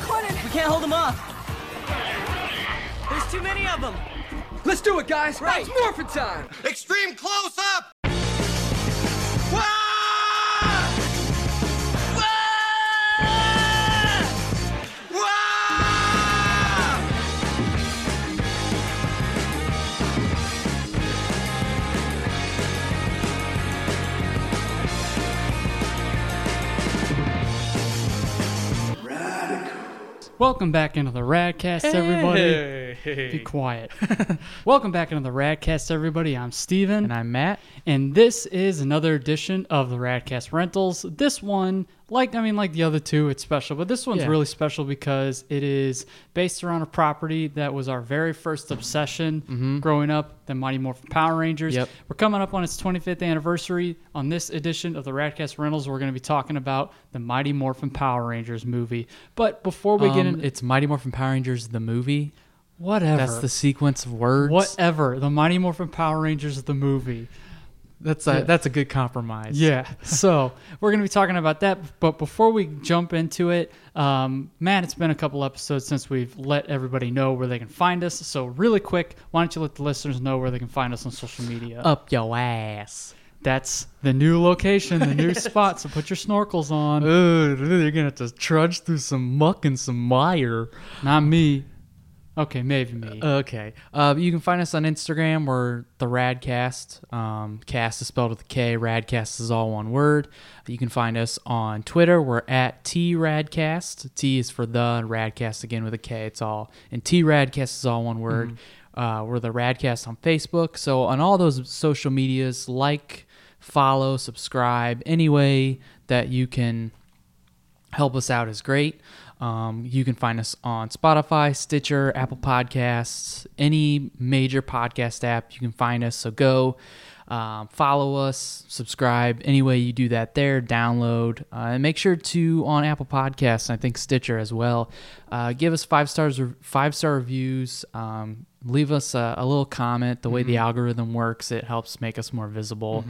can't hold them off. There's too many of them. Let's do it, guys. Right. It's morphin' time. Extreme close up! Wah! Wah! Wah! Welcome back into the Radcast, everybody. Be quiet. Welcome back into the Radcast, everybody. I'm Steven. And I'm Matt. And this is another edition of the Radcast Rentals. This one, like I mean, like the other two, it's special, but this one's Yeah. really special because it is based around a property that was our very first obsession growing up, the Mighty Morphin Power Rangers. Mm-hmm. Yep. We're coming up on its 25th anniversary. On this edition of the Radcast Rentals, we're going to be talking about the Mighty Morphin Power Rangers movie. But before we get Um, into it's Mighty Morphin Power Rangers the movie. whatever, That's the sequence of words. whatever, the Mighty Morphin Power Rangers the movie. That's a that's a good compromise. Yeah. So we're going to be talking about that. But before we jump into it, um, Matt, it's been a couple episodes since we've let everybody know where they can find us. So, really quick, why don't you let the listeners know where they can find us on social media? Up yo ass. That's the new location, the new spot. So, put your snorkels on. Ugh, you're gonna have to trudge through some muck and some mire. Not me. Okay, maybe me. Okay. Uh, you can find us on Instagram. We're the Radcast. Um, cast is spelled with a K. Radcast is all one word. You can find us on Twitter. We're at T Radcast. T is for the and Radcast again with a K. It's all and T Radcast is all one word. Uh, we're the Radcast on Facebook. So on all those social medias, like, follow, subscribe, any way that you can help us out is great. Um, you can find us on Spotify, Stitcher, Apple Podcasts, any major podcast app. You can find us. So go um, follow us, subscribe, any way you do that there, download, uh, and make sure to on Apple Podcasts, and I think Stitcher as well. Uh, give us five stars, five star reviews. Um, leave us a, a little comment. The way the algorithm works, it helps make us more visible.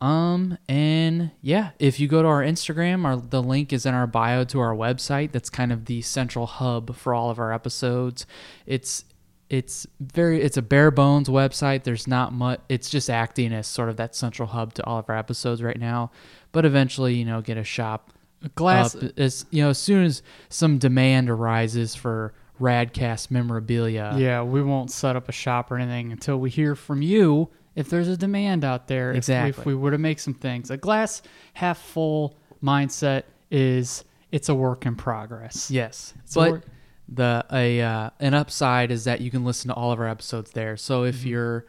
Um and yeah, if you go to our Instagram, our the link is in our bio to our website. That's kind of the central hub for all of our episodes. It's it's very it's a bare bones website. There's not much. It's just acting as sort of that central hub to all of our episodes right now. But eventually, you know, get a shop glass- up as you know as soon as some demand arises for Radcast memorabilia. yeah, we won't set up a shop or anything until we hear from you if there's a demand out there. if- If, Exactly. we were to make some things, a glass half full mindset is it's a work in progress. Yes, So but we're- the a uh, an upside is that you can listen to all of our episodes there. So if Mm-hmm. you're,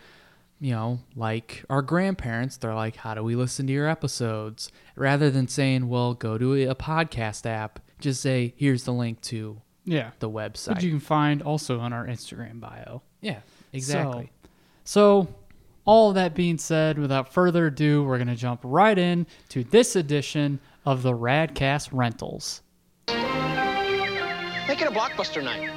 you know, like our grandparents, they're like, "How do we listen to your episodes?" Rather than saying, "Well, go to a podcast app," just say, "Here's the link to yeah. the website." Which you can find also on our Instagram bio. yeah, exactly. So, so all that being said, without further ado, we're going to jump right in to this edition of the Radcast Rentals. Make it a blockbuster night.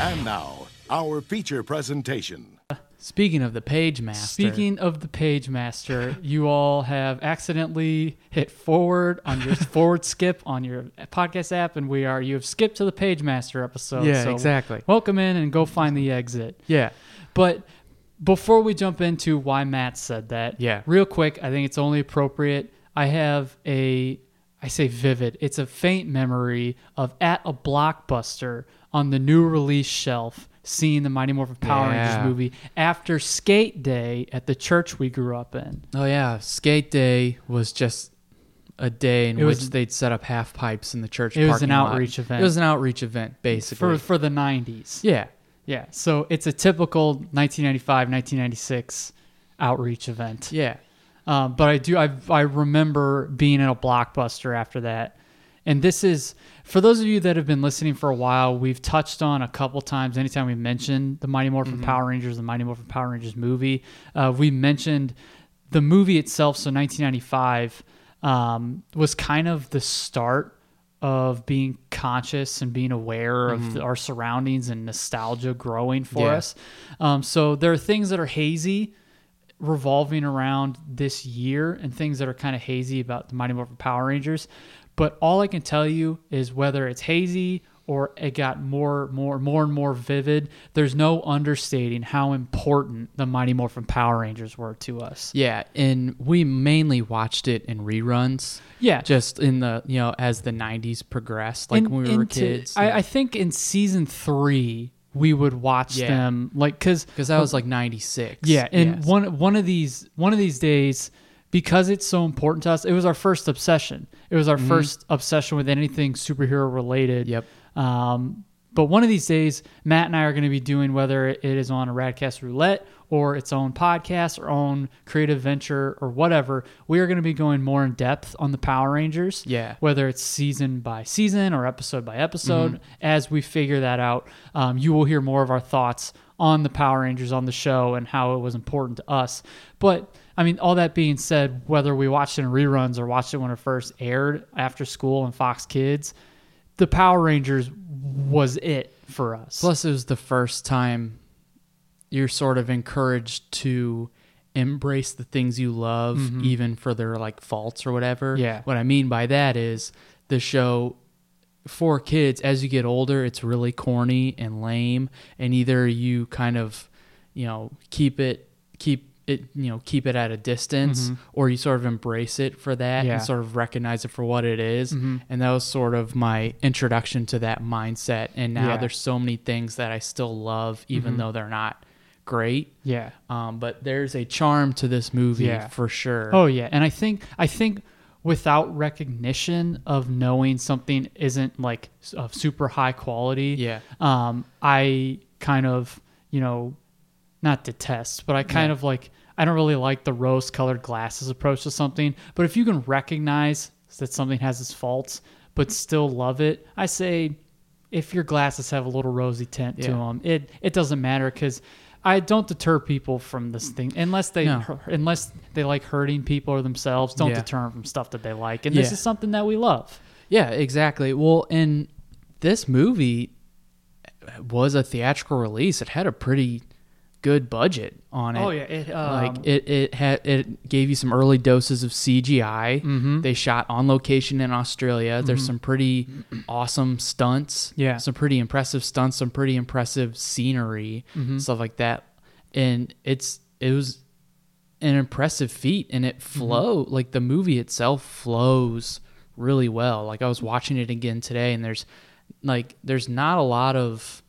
And now, our feature presentation. Speaking of the page master, Speaking of the page master, you all have accidentally hit forward on your forward skip on your podcast app, and we are you have skipped to the page master episode. Yeah, so exactly. Welcome in and go find the exit. yeah, But before we jump into why Matt said that, Yeah. real quick, I think it's only appropriate. I have a, I say vivid, it's a faint memory of at a blockbuster on the new release shelf seeing the Mighty Morphin Power Yeah. Rangers movie after skate day at the church we grew up in. oh yeah, skate day was just. A day in It which was- they'd set up half pipes in the church. It was an parking lot. outreach event. It was an outreach event, basically. For, for the 90s. Yeah. Yeah. So it's a typical 1995, 1996 outreach event. Yeah. Um, but I do I I remember being in a blockbuster after that. And this is for those of you that have been listening for a while, we've touched on a couple times. Anytime we mention the Mighty Morphin Mm-hmm. Power Rangers, the Mighty Morphin Power Rangers movie, uh, we mentioned the movie itself. So 1995 um, was kind of the start of being conscious and being aware of our surroundings and nostalgia growing for Mm-hmm. Yeah. us. Um, so there are things that are hazy revolving around this year and things that are kind of hazy about the Mighty Morphin Power Rangers. But all I can tell you is whether it's hazy or it got more, more, more and more vivid. There's no understating how important the Mighty Morphin Power Rangers were to us. Yeah, and we mainly watched it in reruns. Yeah. just in the you know as the '90s progressed, like In- when we were into- kids. I, I think in season three we would watch Yeah. them like because because that was like '96. yeah, and one one of these one of these days because it's so important to us, it was our first obsession. It was our first obsession with anything superhero related. Mm-hmm. Yep. Um, but one of these days, Matt and I are going to be doing whether it is on a Radcast Roulette or its own podcast or own creative venture or whatever. We are going to be going more in depth on the Power Rangers. Yeah. Whether it's season by season or episode by episode, Mm-hmm. as we figure that out, um, you will hear more of our thoughts on the Power Rangers on the show and how it was important to us. But I mean, all that being said, whether we watched it in reruns or watched it when it first aired after school on Fox Kids, the Power Rangers was it for us. Plus, it was the first time you're sort of encouraged to embrace the things you love, even for their like faults or whatever. Mm-hmm. Yeah. What I mean by that is the show for kids, as you get older, it's really corny and lame, and either you kind of, you know, keep it, keep it, you know, keep it at a distance, or you sort of embrace it for that Mm-hmm. Yeah. Mm-hmm. and sort of recognize it for what it is. And that was sort of my introduction to that mindset. And now Yeah. Mm-hmm. there's so many things that I still love, even though they're not great. yeah. Um, but there's a charm to this movie Yeah. for sure. Oh yeah, and I think I think without recognition of knowing something isn't like s- of super high quality, Yeah. Um, I kind of you know not detest, but I kind of like I don't really like the rose colored glasses approach to something. But if you can recognize that something has its faults, but still love it, I say if your glasses have a little rosy tint to Yeah. them, it it doesn't matter because. I don't deter people from this thing unless they No. hur- unless they like hurting people or themselves. Don't Yeah. deter them from stuff that they like, and this Yeah. is something that we love. Yeah, exactly. Well, and this movie was a theatrical release. It had a pretty good budget on it. Oh, yeah, it, um, like it it had it gave you some early doses of CGI. They shot on location in Australia. There's some pretty awesome stunts. Yeah. some pretty impressive stunts. Some pretty impressive scenery, stuff like that. And it's it was an impressive feat and it flow like the movie itself flows really well like i was watching it again today and there's like there's not a lot of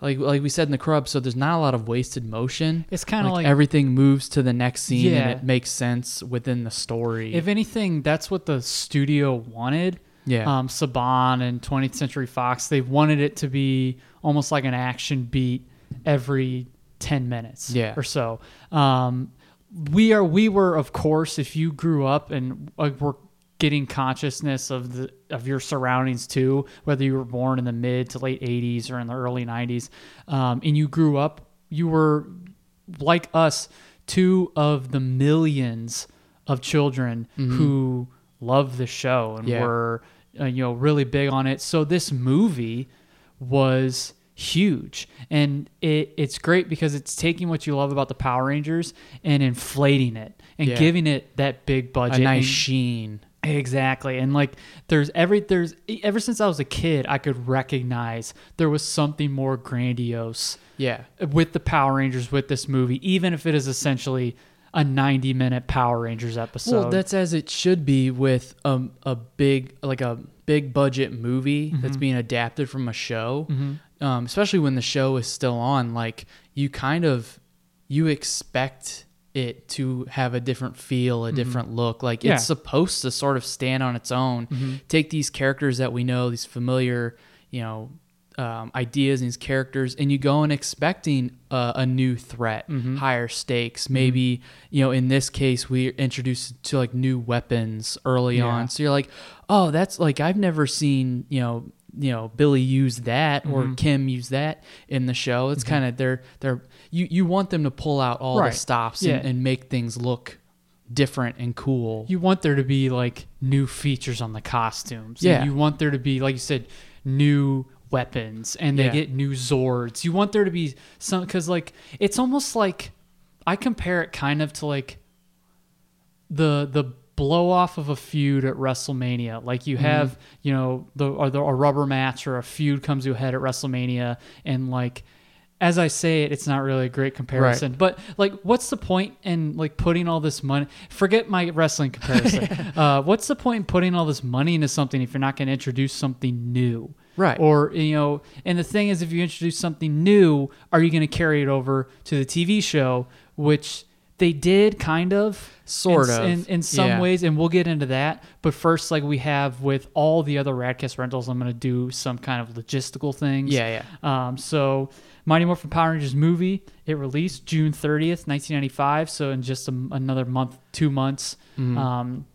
like like we said in the crub so there's not a lot of wasted motion It's kinda like- everything moves to the next scene Yeah. and it makes sense within the story If anything, that's what the studio wanted. Yeah. Um, Saban and 20th Century Fox, they wanted it to be almost like an action beat every 10 minutes Yeah. or so. Um, we are, we were, of course, if you grew up and uh, were getting consciousness of the of your surroundings too, whether you were born in the mid to late 80s or in the early 90s, um, and you grew up, you were like us, two of the millions of children who love the show and Yeah. were uh, you know really big on it. So this movie was huge and it it's great because it's taking what you love about the Power Rangers and inflating it and Yeah. giving it that big budget a nice and- sheen Exactly. And like there's every there's ever since I was a kid I could recognize there was something more grandiose yeah with the Power Rangers with this movie, even if it is essentially a 90 minute Power Rangers episode. Well, that's as it should be with um, a big like a big budget movie that's being adapted from a show. Um, especially when the show is still on, like you kind of you expect it to have a different feel, a different look. Like Yeah. Mm-hmm. it's supposed to sort of stand on its own. Take these characters that we know, these familiar, you know, um, ideas and these characters, and you go in expecting uh, a new threat, Mm-hmm. higher stakes. Maybe you know, in this case, we are introduced to like new weapons early on. So you're like, oh, that's like I've never seen you know you know Billy use that Mm-hmm. or Kim use that in the show. It's kind of they're they're you you want them to pull out all Right. the stops Yeah. and, and make things look different and cool. You want there to be like new features on the costumes. and Yeah. you want there to be, like you said, new weapons and they Yeah. get new Zords. You want there to be some, because like it's almost like I compare it kind of to like the the blow off of a feud at WrestleMania. Like you have, Mm-hmm. you know, the or the a rubber match or a feud comes to a head at WrestleMania, and like as I say it, it's not really a great comparison. But like, what's the point in like putting all this money? Forget my wrestling comparison. uh, what's the point in putting all this money into something if you're not going to introduce something new? Right. Or, you know, and the thing is, if you introduce something new, are you going to carry it over to the TV show, which they did kind of? Sort in, of, In, in some yeah. ways, and we'll get into that. But first, like we have with all the other Radcast rentals, I'm going to do some kind of logistical things. Yeah, yeah. Um, so, Mighty Morphin Power Rangers movie, it released June 30th, 1995. So, in just a, another month, two months. Mm-hmm. Um,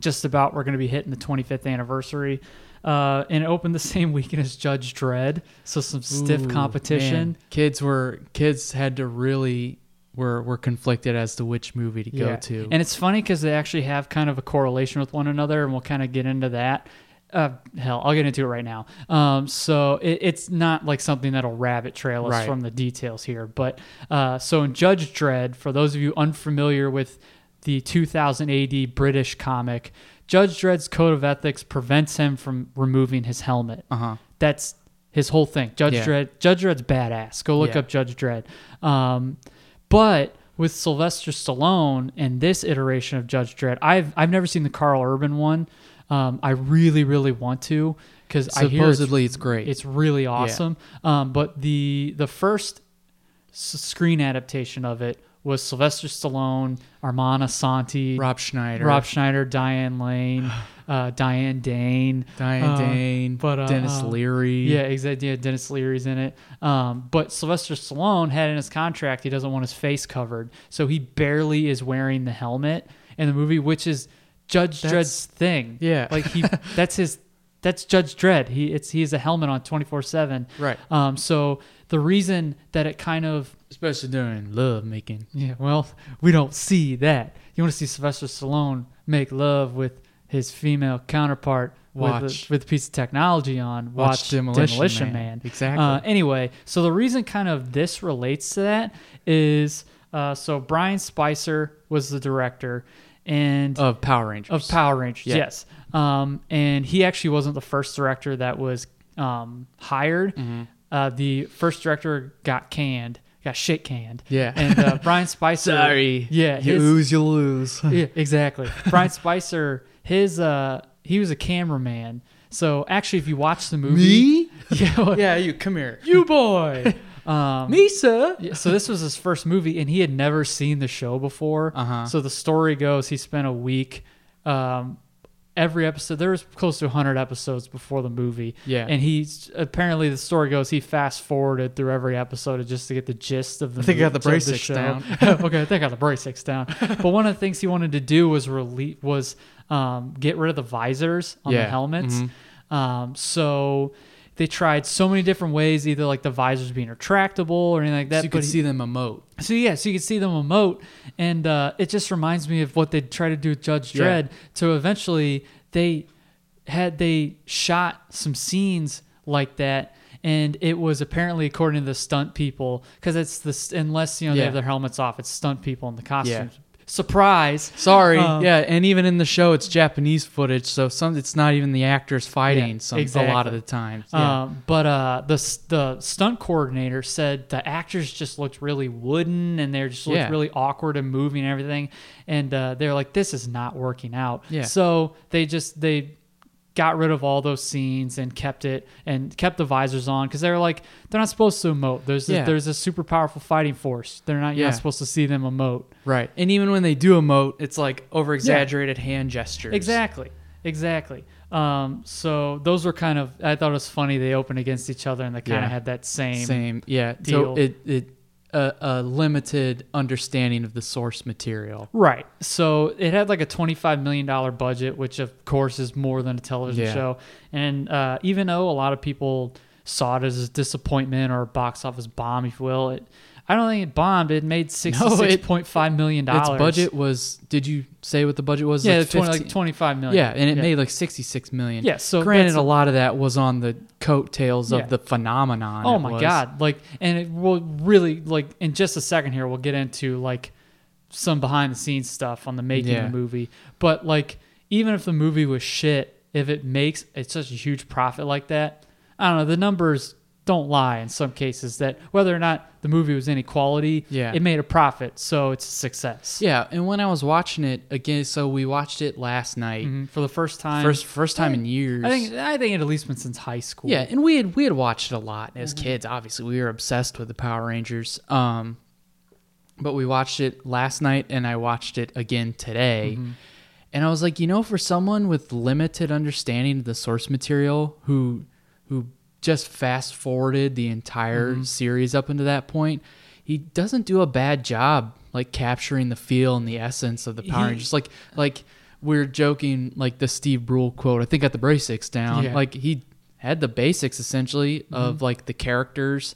just about we're going to be hitting the 25th anniversary uh, and it opened the same weekend as judge dredd so some stiff Ooh, competition man. Kids were kids had to really were were conflicted as to which movie to go to. and it's funny because they actually have kind of a correlation with one another and we'll kind of get into that uh, hell i'll get into it right now um, so it, it's not like something that'll rabbit trail us Right. from the details here but uh, so in judge dredd for those of you unfamiliar with the 2000 ad british comic judge dredd's code of ethics prevents him from removing his helmet uh-huh. that's his whole thing judge Yeah. dredd judge dredd's badass go look Yeah. up judge dredd um, but with Sylvester Stallone and this iteration of Judge Dredd, I've I've never seen the Carl Urban one. Um, I really really want to because I hear it's- Supposedly it's great. It's really awesome. Um, but the the first s- screen adaptation of it was Sylvester Stallone, Armand Santi, Rob Schneider, Rob Schneider, Diane Lane, uh, Diane Dane, Diane uh, Dane, but, uh, Dennis uh, Leary. yeah, exactly. Yeah, Dennis Leary's in it. Um, but Sylvester Stallone had in his contract he doesn't want his face covered, so he barely is wearing the helmet in the movie, which is Judge Dredd's thing. Yeah. like he that's his that's Judge Dredd. He it's he has a helmet on twenty four seven. Right. Um. So the reason that it kind of especially during love making. yeah, well, we don't see that. You want to see Sylvester Stallone make love with his female counterpart with Watch. a, with a piece of technology on. Watch, Demolition Man. Exactly. Uh, anyway, so the reason kind of this relates to that is uh, so Brian Spicer was the director, and Of Power Rangers. of Power Rangers, Yeah. yes. Um, and he actually wasn't the first director that was um, hired. Mm-hmm. Uh, the first director got canned, got shit canned. Yeah. And uh, Brian Spicer. Sorry. Yeah. You his- lose, you lose. yeah, exactly. Brian Spicer, his uh, he was a cameraman. So actually, if you watch the movie, Me? yeah, well, yeah, you Um, come here. you boy. Me, sir. Yeah, so this was his first movie, and he had never seen the show before. Uh-huh. So the story goes, he spent a week. Um, every episode, there was close to 100 episodes before the movie. Yeah. and he apparently the story goes he fast forwarded through every episode just to get the gist of the. I think I got the Bracix down. okay, I think I got the bracelets down. But one of the things he wanted to do was rele was um, get rid of the visors on the Yeah. helmets. Mm-hmm. Um, so. They tried so many different ways, either like the visors being retractable or anything like that. So you but could he- see them emote. so yeah, so you can see them emote, and uh, it just reminds me of what they tried to do with Judge Yeah. Dredd. So eventually, they had they shot some scenes like that, and it was apparently according to the stunt people because it's this unless you know they Yeah. have their helmets off, it's stunt people in the costumes. Surprise! Sorry. Um, yeah, and even in the show, it's Japanese footage, so some it's not even the actors fighting. Yeah, some a lot exactly. of the times. Yeah. Um, but uh, the s- the stunt coordinator said the actors just looked really wooden and they just looked Yeah. really awkward and moving and everything. And uh, they're like, this is not working out. Yeah. So they just they got rid of all those scenes and kept it and kept the visors on because they're like they're not supposed to emote. There's a, Yeah. there's a super powerful fighting force. They're not you're not Yeah. supposed to see them emote. right. And even when they do emote, it's like over exaggerated hand gestures. Exactly. Exactly. Um, so those were kind of I thought it was funny they opened against each other and they kind Yeah. of had that Same. Yeah. deal. So it it a a limited understanding of the source material. Right. So it had like a $25 million budget, which of course is more than a television Yeah. show. And uh, even though a lot of people saw it as a disappointment or a box office bomb, if you will, it, I I don't think it bombed. It made sixty-six point five million dollars. Its budget was. Did you say what the budget was? yeah, like, twenty 15 like twenty-five million. Yeah, and it made like sixty-six million. Yeah, so granted, that's- a lot of that was on the coattails Yeah. of the phenomenon. Oh it my was. god! Like, and it will really like in just a second here we'll get into like some behind the scenes stuff on the making Yeah. of the movie. But like, even if the movie was shit, if it makes it's such a huge profit like that, I don't know. The numbers don't lie in some cases that whether or not the movie was any quality, Yeah. it made a profit, so it's a success. Yeah, and when I was watching it again, so we watched it last night, Mhm. For the first time, first first Mm-hmm. time in years. I think I think it had at least been since high school. Yeah, and we had we had watched it a lot as kids. Obviously, we were obsessed with the Power Rangers. Um, but we watched it last night, and I watched it again today. And I was like, you know, for someone with limited understanding of the source material, who who just fast forwarded the entire series up into that point, he doesn't do a bad job like capturing the feel and the essence of the Power Rangers. Like like we're joking, like the Steve Brule quote. I think at the basics down. Yeah. Mm-hmm. Like he had the basics essentially of like the characters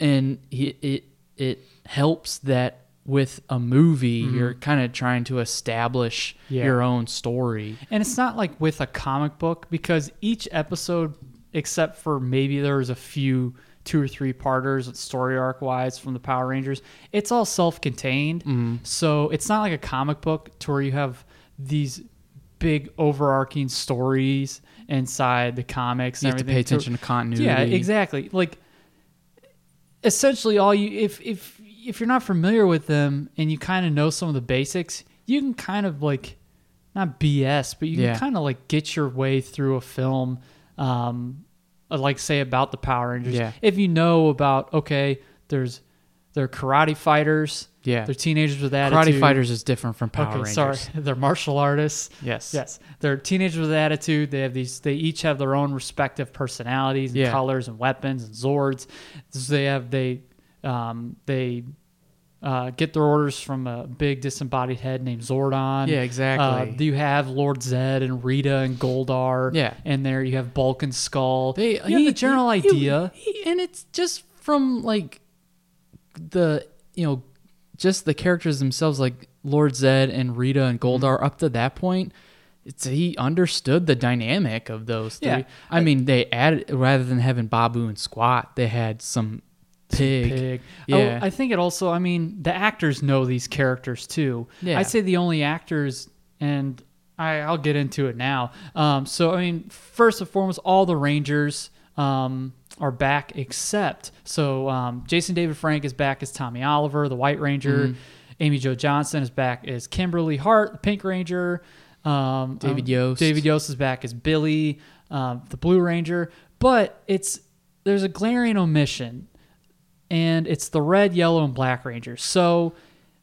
and he, it it helps that with a movie you're kind of trying to establish Mm-hmm. Yeah. your own story. And it's not like with a comic book because each episode, except for maybe there was a few two or three parters story arc wise from the Power Rangers, it's all self contained. Mm-hmm. So it's not like a comic book to where you have these big overarching stories inside the comics. You and have to everything pay attention to continuity. Yeah, exactly. Like essentially all you if if if you're not familiar with them and you kind of know some of the basics, you can kind of like not BS, but you Yeah. can kind of like get your way through a film, um, like say about the Power Rangers. Yeah. If you know about okay, there's they're karate fighters. Yeah. they're teenagers with Karate attitude. Fighters is different from Power Okay, Rangers. sorry. They're martial artists. Yes. Yes. They're teenagers with attitude. They have these they each have their own respective personalities and Yeah. colors and weapons and zords. So they have they um they uh, get their orders from a big disembodied head named Zordon. Yeah, exactly. Uh, you have Lord Zed and Rita and Goldar. Yeah. and there you have Bulk and Skull. They you have the general he- idea. he- and it's just from like the you know just the characters themselves, like Lord Zed and Rita and Goldar. Mm-hmm. Up to that point, it's he understood the dynamic of those three. Yeah. I mean, they added rather than having Babu and Squat, they had some pig. pig. Oh, Yeah. I, I think it also. I mean, the actors know these characters too. Yeah. I'd say the only actors, and I, I'll get into it now. Um, so I mean, first and foremost, all the Rangers um, are back except so um, Jason David Frank is back as Tommy Oliver, the White Ranger. Mm-hmm. Amy Jo Johnson is back as Kimberly Hart, the Pink Ranger. Um, David um, Yost. David Yost is back as Billy, um, the Blue Ranger. But it's there's a glaring omission and it's the red, yellow, and black Rangers. So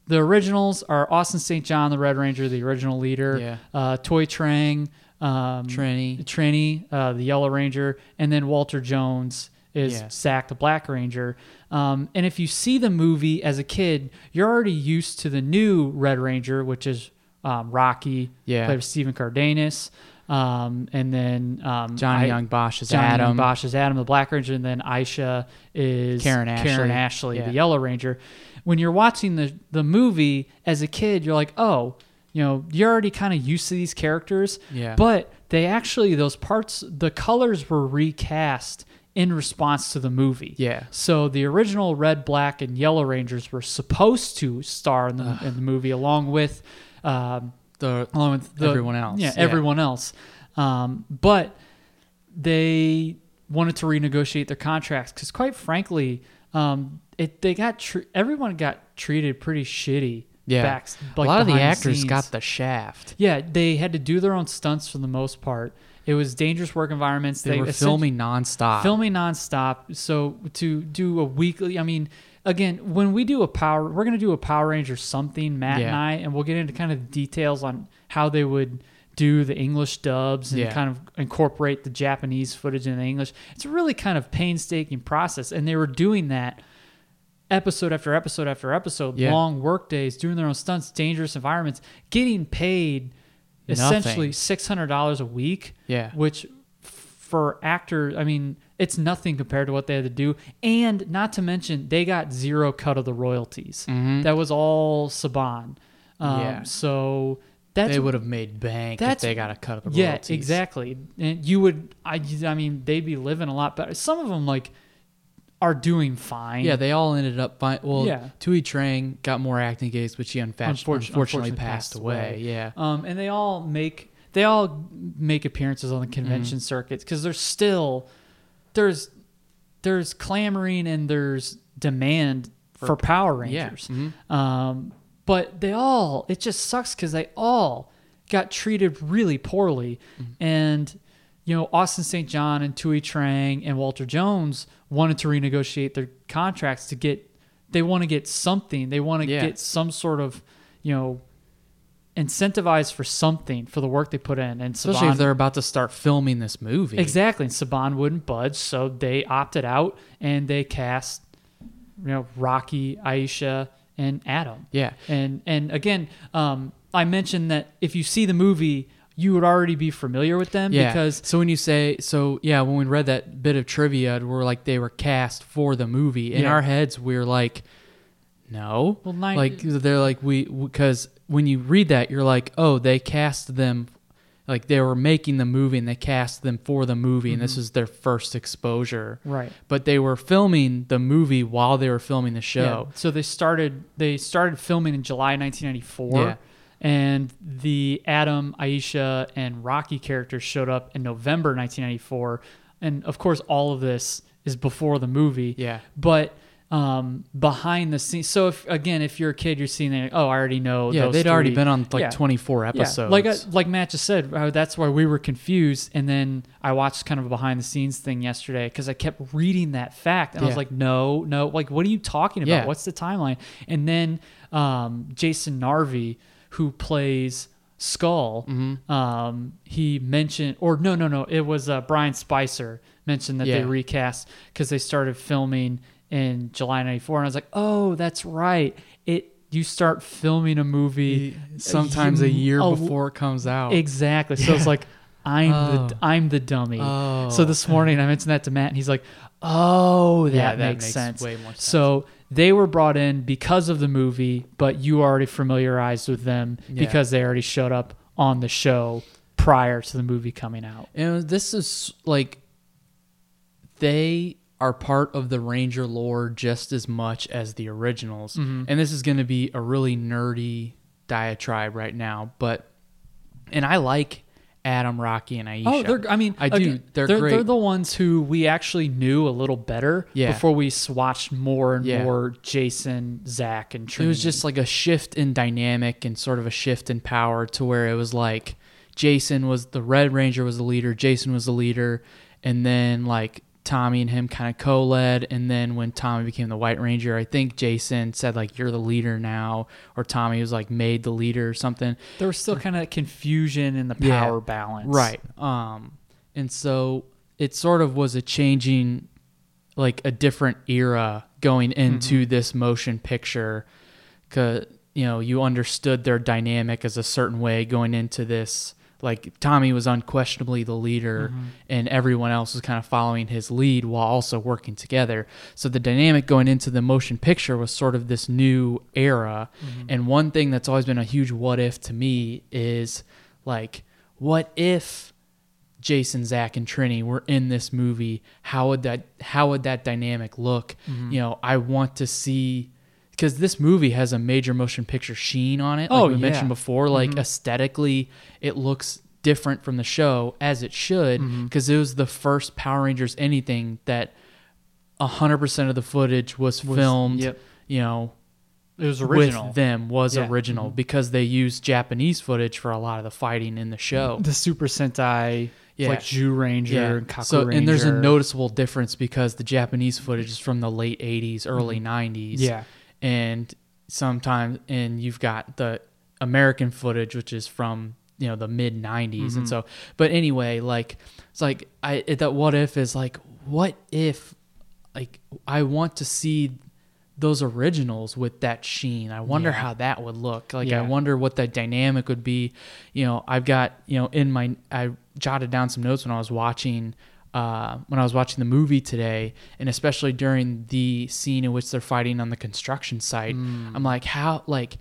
the originals are Austin St. John, the Red Ranger, the original leader, Yeah. uh, Toy Trang, um, Tranny. Tranny, uh, the Yellow Ranger, and then Walter Jones is Yeah. Zack, the Black Ranger. Um, and if you see the movie as a kid, you're already used to the new Red Ranger, which is um, Rocky, Yeah. played by Stephen Cardenas, um, and then um, Johnny I- Young Bosch is Johnny Adam. Young Bosch is Adam, the Black Ranger, and then Aisha is Karen Ashley. Ashley, Yeah. the Yellow Ranger. When you're watching the the movie as a kid, you're like, oh, you know, you're already kind of used to these characters. Yeah. But they actually those parts, the colors were recast in response to the movie. Yeah. So the original red, black, and yellow Rangers were supposed to star in the, in the movie along with. Um, The along with the- everyone else. Yeah, everyone else. Um, but they wanted to renegotiate their contracts because, quite frankly, um, it they got tr- everyone got treated pretty shitty. Yeah, back, a lot of the behind actors scenes. got the shaft. Yeah, they had to do their own stunts for the most part. It was dangerous work environments. They, were essentially- filming nonstop. filming nonstop. So to do a weekly, I mean, again, when we do a power, we're gonna do a Power Ranger something, Matt and Yeah. I, and we'll get into kind of details on how they would do the English dubs and Yeah. kind of incorporate the Japanese footage in the English. It's a really kind of painstaking process, and they were doing that episode after episode after episode, Yeah. long work days, doing their own stunts, dangerous environments, getting paid essentially Nothing. six hundred dollars a week. Yeah. which f- for actors, I mean, It's nothing compared to what they had to do. And not to mention, they got zero cut of the royalties. That was all Saban. Um, Mm-hmm. Yeah. So that's They would have made bank if that's- they got a cut of the yeah, royalties. exactly. And you would, I, I mean, they'd be living a lot better. Some of them like are doing fine. Yeah, they all ended up fine. Well, Yeah. Tui Trang got more acting gigs, but she unfa- Unfortu- unfortunately, passed, away. Yeah. Um, and they all make they all make appearances Mm-hmm. on the convention circuits because there's still there's there's clamoring and there's demand for, Power yeah, Mm-hmm. Rangers. Um, but they all it just sucks because they all got treated really poorly Mm-hmm. and. You know, Austin St. John and Tui Trang and Walter Jones wanted to renegotiate their contracts to get, they want to get something. They want to Yeah. get some sort of, you know, incentivized for something for the work they put in. And Especially if Saban, they're about to start filming this movie. exactly, and Saban wouldn't budge, so they opted out and they cast, you know, Rocky, Aisha, and Adam. Yeah. and and again, um, I mentioned that if you see the movie, you would already be familiar with them Yeah. because so when you say so, yeah, when we read that bit of trivia, we're like they were cast for the movie. In Yeah. our heads, we are like, no. Well, nine- like they're like we because when you read that, you're like, oh, they cast them. Like they were making the movie and they cast them for the movie, and this is their first exposure. Mm-hmm. Right. But they were filming the movie while they were filming the show. Yeah. So they started they started filming in July 1994. Yeah. And the Adam, Aisha, and Rocky characters showed up in November 1994. And of course, all of this is before the movie. Yeah. But um, behind the scenes, so if again, if you're a kid, you're seeing it. Oh, I already know. Yeah, those they'd already three." been on like Yeah. 24 Yeah. episodes. Like I, like Matt just said, uh, that's why we were confused. And then I watched kind of a behind the scenes thing yesterday because I kept reading that fact and I was Yeah. like, no, no, like what are you talking about? Yeah. What's the timeline? And then um, Jason Narvi, who plays Skull, Mm-hmm. um, he mentioned, or no, no, no, it was uh, Brian Spicer mentioned that they Yeah. recast because they started filming in July '94, and I was like, oh, that's right, it. You start filming a movie sometimes a year a- before it comes out. Exactly. So it's like I'm Oh. the I'm the dummy. So this morning I mentioned that to Matt and he's like, "Oh, that, Yeah, that makes, makes sense." way more sense. So they were brought in because of the movie, but you were already familiarized with them because they already showed up on the show prior to the movie coming out. You know, this is like they are part of the Ranger lore just as much as the originals. Mm-hmm. And this is going to be a really nerdy diatribe right now, but and I like Adam, Rocky, and Aisha. Oh, they're, I mean, I do. again, they're, great. They're the ones who we actually knew a little better Yeah. before we swatched more and Yeah. more Jason, Zach, and Trinity. it was just like a shift in dynamic and sort of a shift in power to where it was like Jason was the Red Ranger was the leader, Jason was the leader, and then like Tommy and him kind of co-led and then when Tommy became the White Ranger, I think Jason said like you're the leader now or Tommy was like made the leader or something. there was still kind of confusion in the Yeah. power balance. Right. Um and so it sort of was a changing like a different era going Mm-hmm. into this motion picture cuz you know, you understood their dynamic as a certain way going into this like Tommy was unquestionably the leader Mm-hmm. and everyone else was kind of following his lead while also working together. So the dynamic going into the motion picture was sort of this new era. Mm-hmm. And one thing that's always been a huge what if to me is like what if Jason, Zach, and Trini were in this movie? How would that how would that dynamic look? Mm-hmm. You know, I want to see because this movie has a major motion picture sheen on it. Like Oh, we yeah. Mm-hmm. mentioned before, like aesthetically, it looks different from the show as it should Mm-hmm. because it was the first Power Rangers anything that hundred percent of the footage was filmed. yep. You know, It was original. with them was Yeah. Mm-hmm. original because they used Japanese footage for a lot of the fighting in the show. the Super Sentai, Yeah. like Jew Ranger and Kaku so Ranger. and there's a noticeable difference because the Japanese footage is from the late 80s, early 90s. Mm-hmm. Yeah. and sometimes and you've got the American footage, which is from you know the mid 90s, and so. But anyway, like it's like I it, that what if is like what if like I want to see those originals with that sheen. I wonder how that would look. Like I Yeah. wonder what that dynamic would be. You know, I've got, you know, in my I jotted down some notes when I was watching uh, when I was watching the movie today, and especially during the scene in which they're fighting on the construction site, I'm like, how like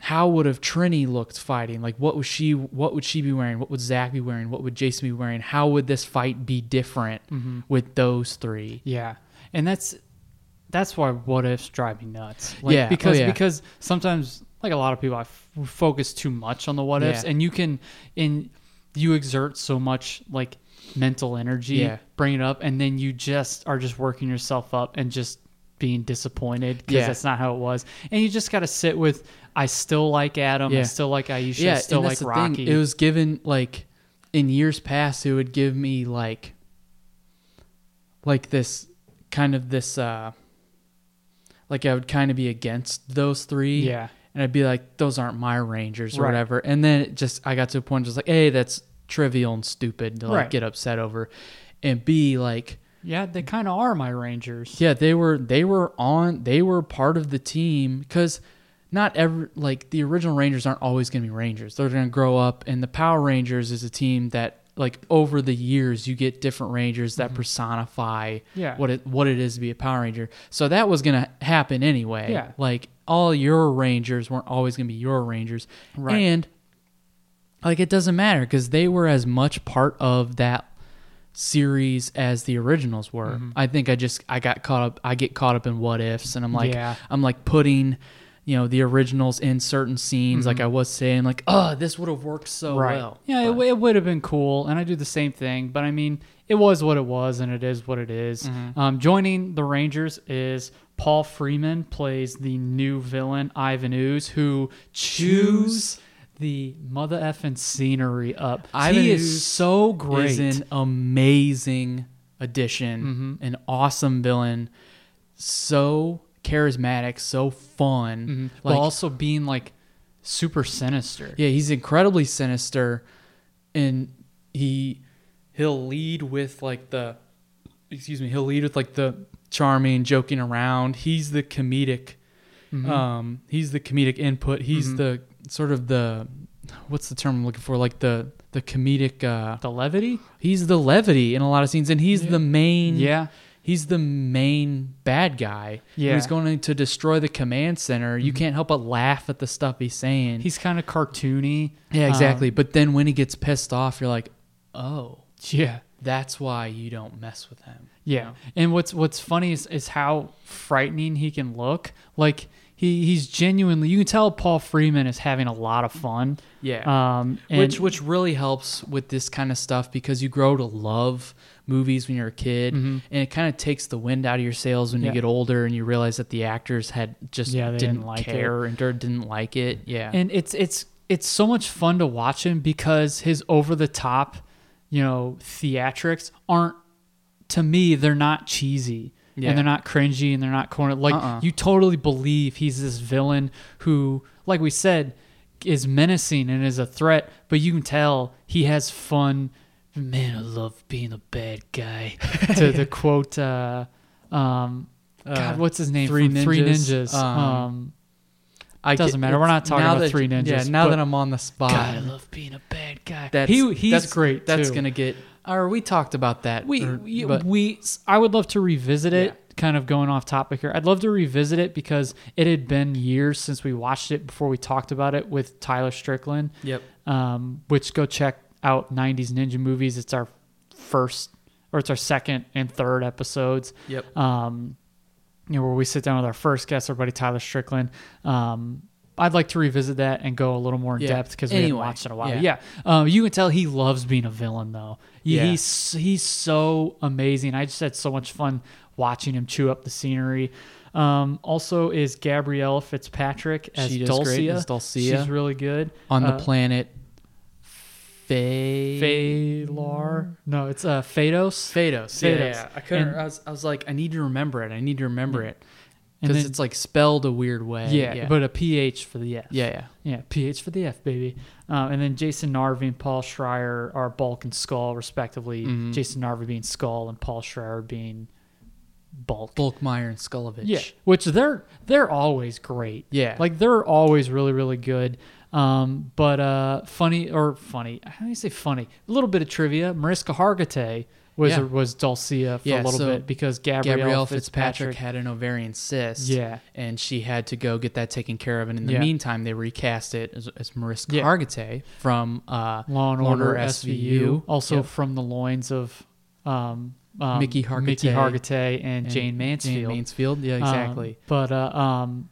how would have Trini looked fighting? Like, what was she? What would she be wearing? What would Zach be wearing? What would Jason be wearing? How would this fight be different with those three? Mm-hmm. Yeah, and that's that's why what ifs drive me nuts. Like, Yeah. Oh, because yeah. because sometimes like a lot of people, I f- focus too much on the what ifs, Yeah. and you can in you exert so much like mental energy, Yeah. bring it up, and then you just are just working yourself up and just being disappointed because Yeah. that's not how it was, and you just got to sit with I still like Adam, I Yeah. still like Aisha, I still and like that's the thing. Rocky. It was given like in years past, it would give me like like this kind of this uh like I would kind of be against those three. Yeah. And I'd be like, those aren't my Rangers or Right. whatever. And then it just I got to a point just like, hey, that's trivial and stupid to like Right. get upset over. And B like yeah, they kind of are my Rangers. yeah, they were they were on they were part of the team because not every like the original Rangers aren't always going to be Rangers. They're going to grow up, and the Power Rangers is a team that like over the years you get different Rangers that personify Mm-hmm. Yeah. what it what it is to be a Power Ranger. So that was going to happen anyway. Yeah. like all your Rangers weren't always going to be your Rangers, Right. and like it doesn't matter because they were as much part of that series as the originals were. Mm-hmm. I think I just I got caught up I get caught up in what ifs and I'm like Yeah. I'm like putting you know the originals in certain scenes like I was saying like oh this would have worked so well. Mm-hmm. Yeah, it, it would have been cool, and I do the same thing. But I mean, it was what it was, and it is what it is. Mm-hmm. Um, joining the Rangers is Paul Freeman plays the new villain Ivan Ooze, who chews the mother effing scenery up. Ivan he Ooze is so Is great. Mm-hmm. an amazing addition, an awesome villain, so charismatic, so fun. Mm-hmm. while also being like super sinister. Yeah, he's incredibly sinister, and he he'll lead with like the excuse me, he'll lead with like the charming, joking around. He's the comedic, Mm-hmm. um, he's the comedic input. He's the sort of the what's the term I'm looking for? Like the the comedic. Uh, The levity. he's the levity in a lot of scenes, and he's the main. Yeah. He's the main bad guy. Yeah. Mm-hmm. Who's going to destroy the command center. You can't help but laugh at the stuff he's saying. He's kind of cartoony. Yeah, exactly. Um, but then when he gets pissed off, you're like, oh, yeah. that's why you don't mess with him. Yeah. And what's what's funny is, is how frightening he can look. Like he, he's genuinely you can tell Paul Freeman is having a lot of fun. Yeah. Um and which which really helps with this kind of stuff because you grow to love movies when you're a kid, and it kind of takes the wind out of your sails when Mm-hmm. Yeah. you get older and you realize that the actors had just Yeah, they didn't, didn't like it. care and or didn't like it. Yeah. and it's it's it's so much fun to watch him because his over the top, you know, theatrics aren't to me, they're not cheesy. Yeah. Uh-uh. And they're not cringy and they're not corny. Like you totally believe he's this villain who, like we said, is menacing and is a threat, but you can tell he has fun. Man, I love being a bad guy. to the quote uh um God, what's his name? Three from Three Ninjas. Ninjas. Um, um I doesn't matter. We're not talking now about that- Three Ninjas, Yeah, now but- that I'm on the spot. God, I love being a bad guy. um, that's, he, he's that's, great. That's too. gonna get. Or we talked about that. We, or- we, but- we I would love to revisit it. Yeah. Kind of going off topic here. I'd love to revisit it because it had been years since we watched it before we talked about it with Tyler Strickland. Yep. Um, which go check out '90s Ninja movies. It's our first or it's our second and third episodes. Yep. Um, you know, where we sit down with our first guest, our buddy Tyler Strickland. Um, I'd like to revisit that and go a little more in Yeah. depth because we haven't Anyway, watched it in a while. yeah. Yeah, Um, you can tell he loves being a villain though. Yeah. Yeah. He's he's so amazing. I just had so much fun watching him chew up the scenery. Um, also, is Gabrielle Fitzpatrick as She does Dulcia. great as Dulcia. She's really good on the Uh, planet Fa- Phalar. No, it's uh, Phaedos. Phaedos. Phaedos. Yeah, yeah, I couldn't. And- I, was, I was like, I need to remember it. I need to remember it And because then- it's like spelled a weird way. yeah, yeah. but a PH for the F. yeah, yeah. Yeah, PH for the F, baby. Uh, and then Jason Narvey and Paul Schreier are Bulk and Skull, respectively. Mm-hmm. Jason Narvey being Skull and Paul Schreier being Bulk. Bulkmeyer and Skullovich. Yeah, which they're they're always great. Yeah. like they're always really really good. Um, but uh, funny or funny? How do you say funny? A little bit of trivia. Mariska Hargitay was Yeah. was Dulcia for Yeah, a little so bit because Gabrielle, Gabrielle, Fitzpatrick, Fitzpatrick, had an ovarian cyst. Yeah. And she had to go get that taken care of. And in the Yeah. meantime, they recast it as, as Mariska Yeah. Hargitay from uh, Law and Order, SVU, also Yep. from the loins of um, um, Mickey Hargitay. Mickey Hargitay and, And Jane Mansfield. Jane Mansfield. Yeah, Um, exactly. but uh, um,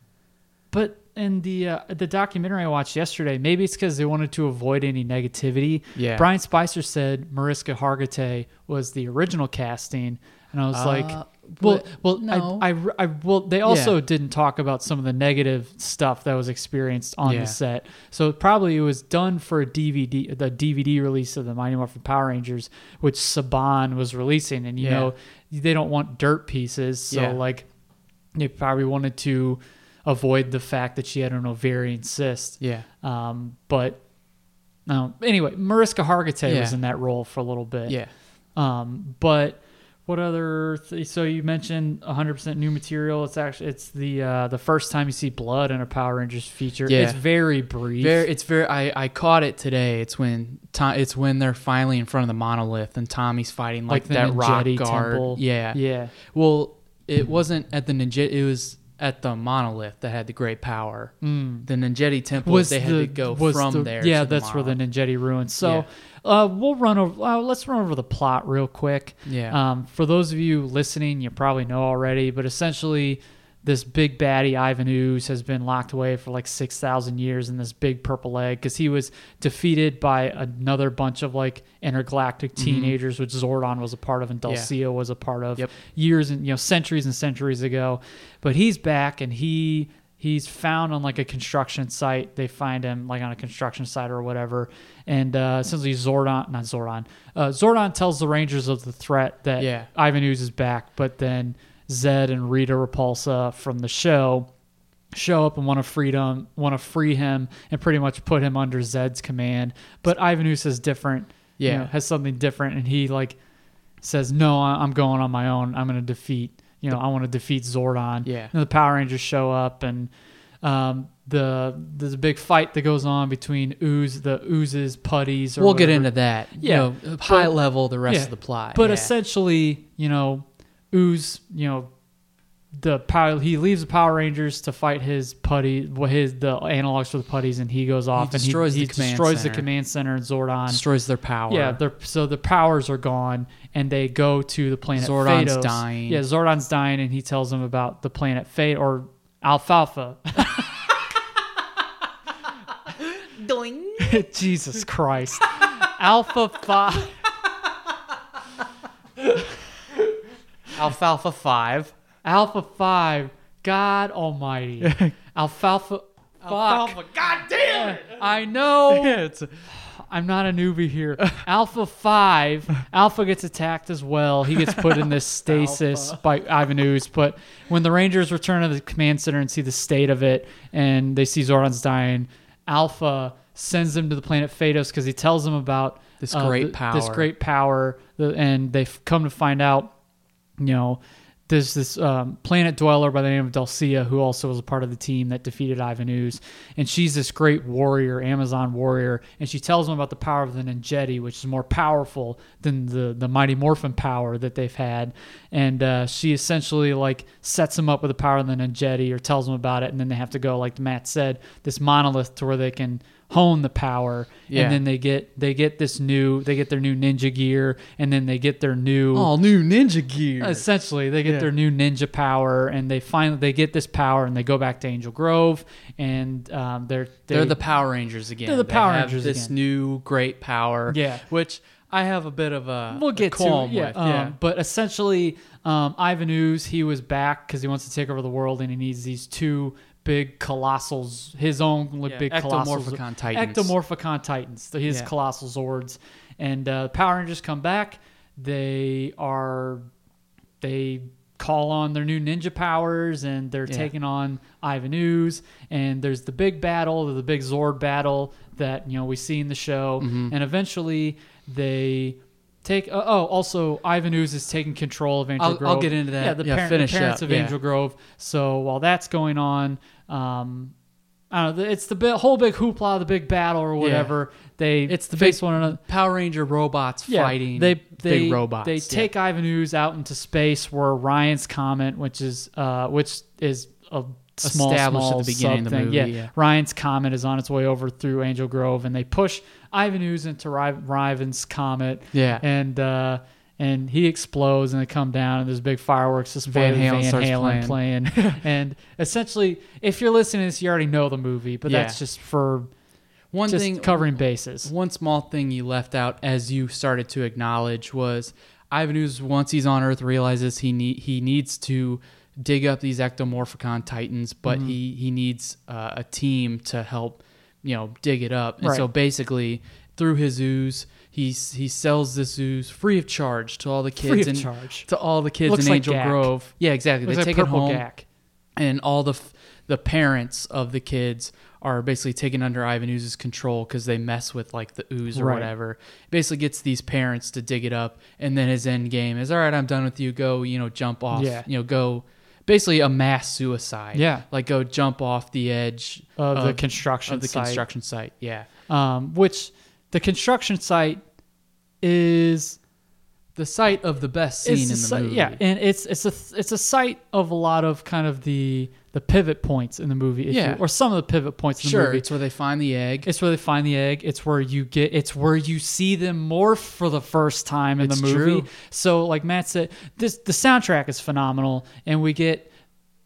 but in the uh, the documentary I watched yesterday, maybe it's because they wanted to avoid any negativity. Yeah. Brian Spicer said Mariska Hargitay was the original casting, and I was like. Well, Uh, but- well, no. I, I, I, well, they also Yeah. didn't talk about some of the negative stuff that was experienced on Yeah. the set. So probably it was done for a DVD, the DVD release of the Mighty Morphin Power Rangers, which Saban was releasing, and you Yeah. know they don't want dirt pieces, so Yeah. like they probably wanted to avoid the fact that she had an ovarian cyst. yeah. Um, but um, anyway, Mariska Hargitay was Yeah. in that role for a little bit. Yeah. Um, but what other? Th- so you mentioned 100% new material. It's actually it's the uh, the first time you see blood in a Power Rangers feature. Yeah. It's very brief. Very, it's very. I, I caught it today. It's when Tom, it's when they're finally in front of the monolith and Tommy's fighting like, the that rock Ninjetti guard. temple. Yeah, yeah. Well, it wasn't at the ninja. It was at the monolith that had the great power. Mm. The Ninjetti temple. they had to go Hmm. was from the- there. Yeah, to that's where the monolith. Ninjetti ruins. So, uh, we'll run over. Uh, let's run over the plot real quick. Yeah. Um, for those of you listening, you probably know already, but essentially, this big baddie Ivan Ooze has been locked away for like six thousand years in this big purple egg because he was defeated by another bunch of like intergalactic Mm-hmm. teenagers, which Zordon was a part of and Dulcia was a part of Yep. years and you know centuries and centuries ago. But he's back and he he's found on like a construction site. They find him like on a construction site or whatever. And uh, essentially Zordon, not Zordon, uh, Zordon tells the Rangers of the threat that Yeah. Ivan Ooze is back. But then Zed and Rita Repulsa from the show show up and want to freedom, want to free him, and pretty much put him under Zed's command. But Ivan Ooze is different. you Yeah. know, has something different, and he like says, "No, I- I'm going on my own. I'm going to defeat. You know, I want to defeat Zordon." Yeah. And the Power Rangers show up, and um, the there's a big fight that goes on between ooze, the oozes, putties. Or We'll get whatever. into that. Yeah. You know, high But- level. The rest Yeah. of the plot. But yeah. essentially, you know, ooze, you know, the power. He leaves the Power Rangers to fight his putty, well, his the analogs for the putties, and he goes off and destroys he, the he command destroys the center. command center and Zordon. destroys their power. Yeah, they're, so the powers are gone, and they go to the planet Zordon's Phaedos. dying. Yeah, Zordon's dying, and he tells them about the planet Fate or Alfalfa. Jesus Christ. Alpha Five. Alfalfa Five. Alpha Five. God Almighty. Alfalfa. Fuck. God damn it! I know. I'm not a newbie here. Oh. Alpha 5. Alpha gets attacked as well. He gets put in this stasis by Ivan Ooze. But when the Rangers return to the command center and see the state of it, and they see Zordon's dying, Alpha sends them to the planet Phaedos because he tells them about This great th- This power. great power. The- And they have come to find out you know, there's this um, planet dweller by the name of Dulcia who also was a part of the team that defeated Ivan Ooze. And she's this great warrior, Amazon warrior. And she tells him about the power of the Ninjetti, which is more powerful than the, the Mighty Morphin power that they've had. And uh, she essentially like sets him up with the power of the Ninjetti or tells him about it. And then they have to go, like Matt said, this monolith to where they can hone the power. Yeah. And then they get they get this new they get their new ninja gear and then they get their new All new ninja gear. Essentially, they get their new ninja power, and they finally they get this power, and they go back to Angel Grove, and um, they're they, They're the Power Rangers again. They're the They Power have Rangers This again. new great power. Yeah. Which I have a bit of a we'll a get to it, qualm yeah, with. um, But essentially, um, Ivan Ooze he was back because he wants to take over the world, and he needs these two big colossals, his own li- Yeah, big colossal Ectomorphicon Titans. ectomorphicon titans, the- his Yeah. colossal zords, and uh, Power Rangers come back. They are they call on their new ninja powers and they're taking on Ivan Ooze and there's the big battle, the big Zord battle that you know we see in the show Mm-hmm. and eventually they take oh, oh also Ivan Ooze is taking control of Angel I'll- I'll Grove. get into that. Yeah, the, Yeah, parent- finish the parents up, of yeah. Angel Grove. So while that's going on, um I don't know. It's the bi- whole big hoopla, the big battle or whatever. They It's the face big one another. Power Ranger robots Yeah, fighting They they big robots. They Yeah. take Ivan Ooze out into space where Ryan's comet, which is uh, which is a small, Established at small the beginning of the sub-thing. movie, Yeah. yeah. Ryan's comet is on its way over through Angel Grove, and they push Ivan Ooze into Ry- Ryan's comet. Yeah. and uh, and he explodes, and they come down, and there's big fireworks display. Van with Halen starts playing, and essentially, if you're listening to this, you already know the movie, but Yeah. that's just for one just thing covering bases. One small thing you left out as you started to acknowledge was Ivan Ooze, once he's on Earth, realizes he need, he needs to dig up these ectomorphicon titans, Mm-hmm. but he, he needs uh, a team to help, you know, dig it up. And so Right. basically, through his ooze, he, s- he sells this ooze free of charge to all the kids Free of in- charge. to all the kids Looks in like Angel Gak. Grove. Yeah, exactly. Looks they like take it purple home Gak. and all the f- the parents of the kids are basically taken under Ivan Ooze's control because they mess with like the ooze or Right. whatever. Basically, gets these parents to dig it up, and then his end game is all right. I'm done with you. Go, you know, jump off. Yeah. you know, go. Basically, a mass suicide. Yeah. like go jump off the edge Of the construction of the site. construction site. Yeah, um, which the construction site is the site of the best scene is a in the site- movie. Yeah, and it's it's a it's a site of a lot of kind of the the pivot points in the movie, if you- Yeah. or some of the pivot points in the sure. movie. It's where they find the egg. It's where they find the egg. It's where you get. It's where you see them morph for the first time in It's the movie. true. So, like Matt said, this the soundtrack is phenomenal, and we get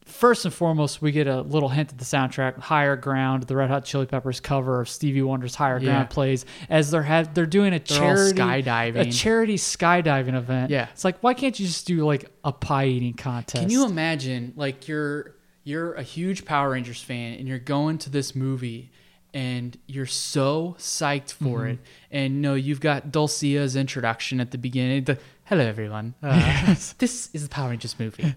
first and foremost we get a little hint at the soundtrack. Higher Ground, the Red Hot Chili Peppers cover of Stevie Wonder's Higher Ground Yeah. plays as they're have they're doing a all charity skydiving. a charity skydiving event. Yeah. it's like why can't you just do like a pie eating contest? Can you imagine like you're you're a huge Power Rangers fan and you're going to this movie and you're so psyched for Mm-hmm. it and no you've got Dulcia's introduction at the beginning the, hello everyone uh, this is the Power Rangers movie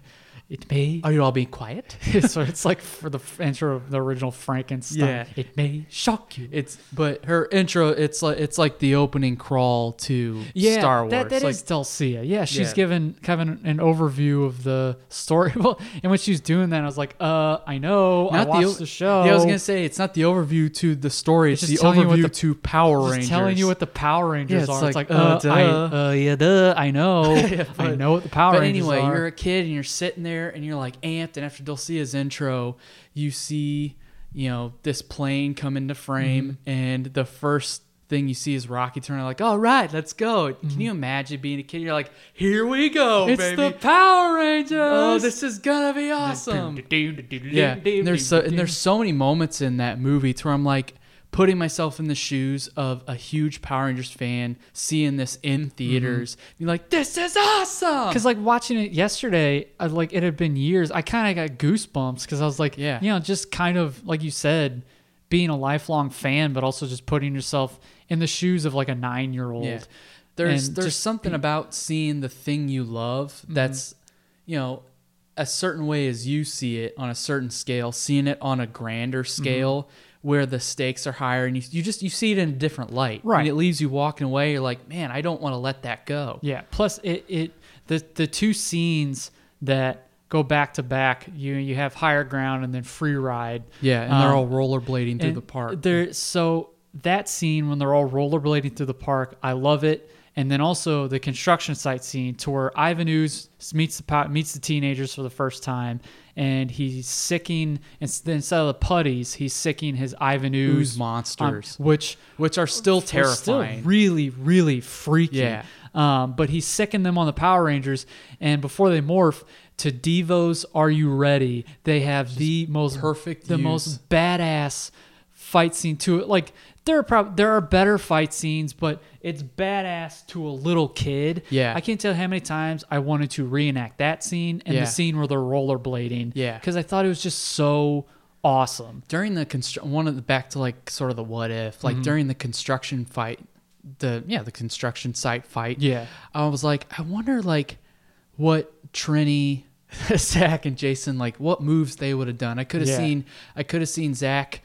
It may. are Oh, you all being quiet so it's like for the f- intro of the original Frankenstein. Yeah. It may shock you. it's but her intro it's like it's like the opening crawl to yeah, Star Wars That, that is like, Dulcia. Yeah, she's Yeah. given Kevin an overview of the story. Well, and when she was doing that, I was like, uh, I know. I watched o- the, show. Yeah, I was gonna say it's not the overview to the story. It's, It's just the telling you what overview the- to Power Just Rangers. telling you what the Power Rangers Yeah, are. it's It's like, like, uh, uh, I, duh. uh, yeah, duh, I know. I know what the Power but Rangers anyway, are. you're a kid and you're sitting there and you're like amped. And after Dulcia's intro, you see, you know, this plane come into frame, Mm-hmm. and the first thing you see is Rocky Turner. Like, all right, let's go. Can you imagine being a kid? You're like, here we go, Mm-hmm. it's baby. the Power Rangers. Oh, this is gonna be awesome. Yeah, and there's so and there's so many moments in that movie to where I'm like putting myself in the shoes of a huge Power Rangers fan, seeing this in theaters, being like, "This is awesome!" Mm-hmm. Because like watching it yesterday, I, like it had been years. I kind of got goosebumps because I was like, Yeah. you know, just kind of like you said, being a lifelong fan, but also just putting yourself in the shoes of like a nine year old. Yeah. There's And there's just something about seeing the thing you love that's you know a certain way as you see it on a certain scale, seeing it on a grander scale where the stakes are higher and you, you just you see it in a different light. Right. And it leaves you walking away, you're like, Man, I don't want to let that go. Yeah. Plus, it it the the two scenes that go back to back. You you have higher ground and then free ride. Yeah, and Um, they're all rollerblading through And the park. There, so that scene when they're all rollerblading through the park, I love it. And then also the construction site scene, to where Ivan Ooze meets the po- meets the teenagers for the first time, and he's sicking ins- instead of the putties, he's sicking his Ivan Ooze Ooze on- monsters. which Which are still they're um, still terrifying. really, really freaky. Yeah. Um, but he's sicking them on the Power Rangers, and before they morph to Devo's "Are You Ready," they have the most perfect the use. most badass fight scene to it. Like there are prob- there are better fight scenes, but it's badass to a little kid. Yeah. I can't tell you how many times I wanted to reenact that scene and Yeah. the scene where they're rollerblading. Yeah. because I thought it was just so awesome. during the construction one of the back to like sort of the what if Mm-hmm. like during the construction fight the yeah the construction site fight Yeah. i was like i wonder like what trini zach and jason like what moves they would have done i could have Yeah. seen i could have seen zach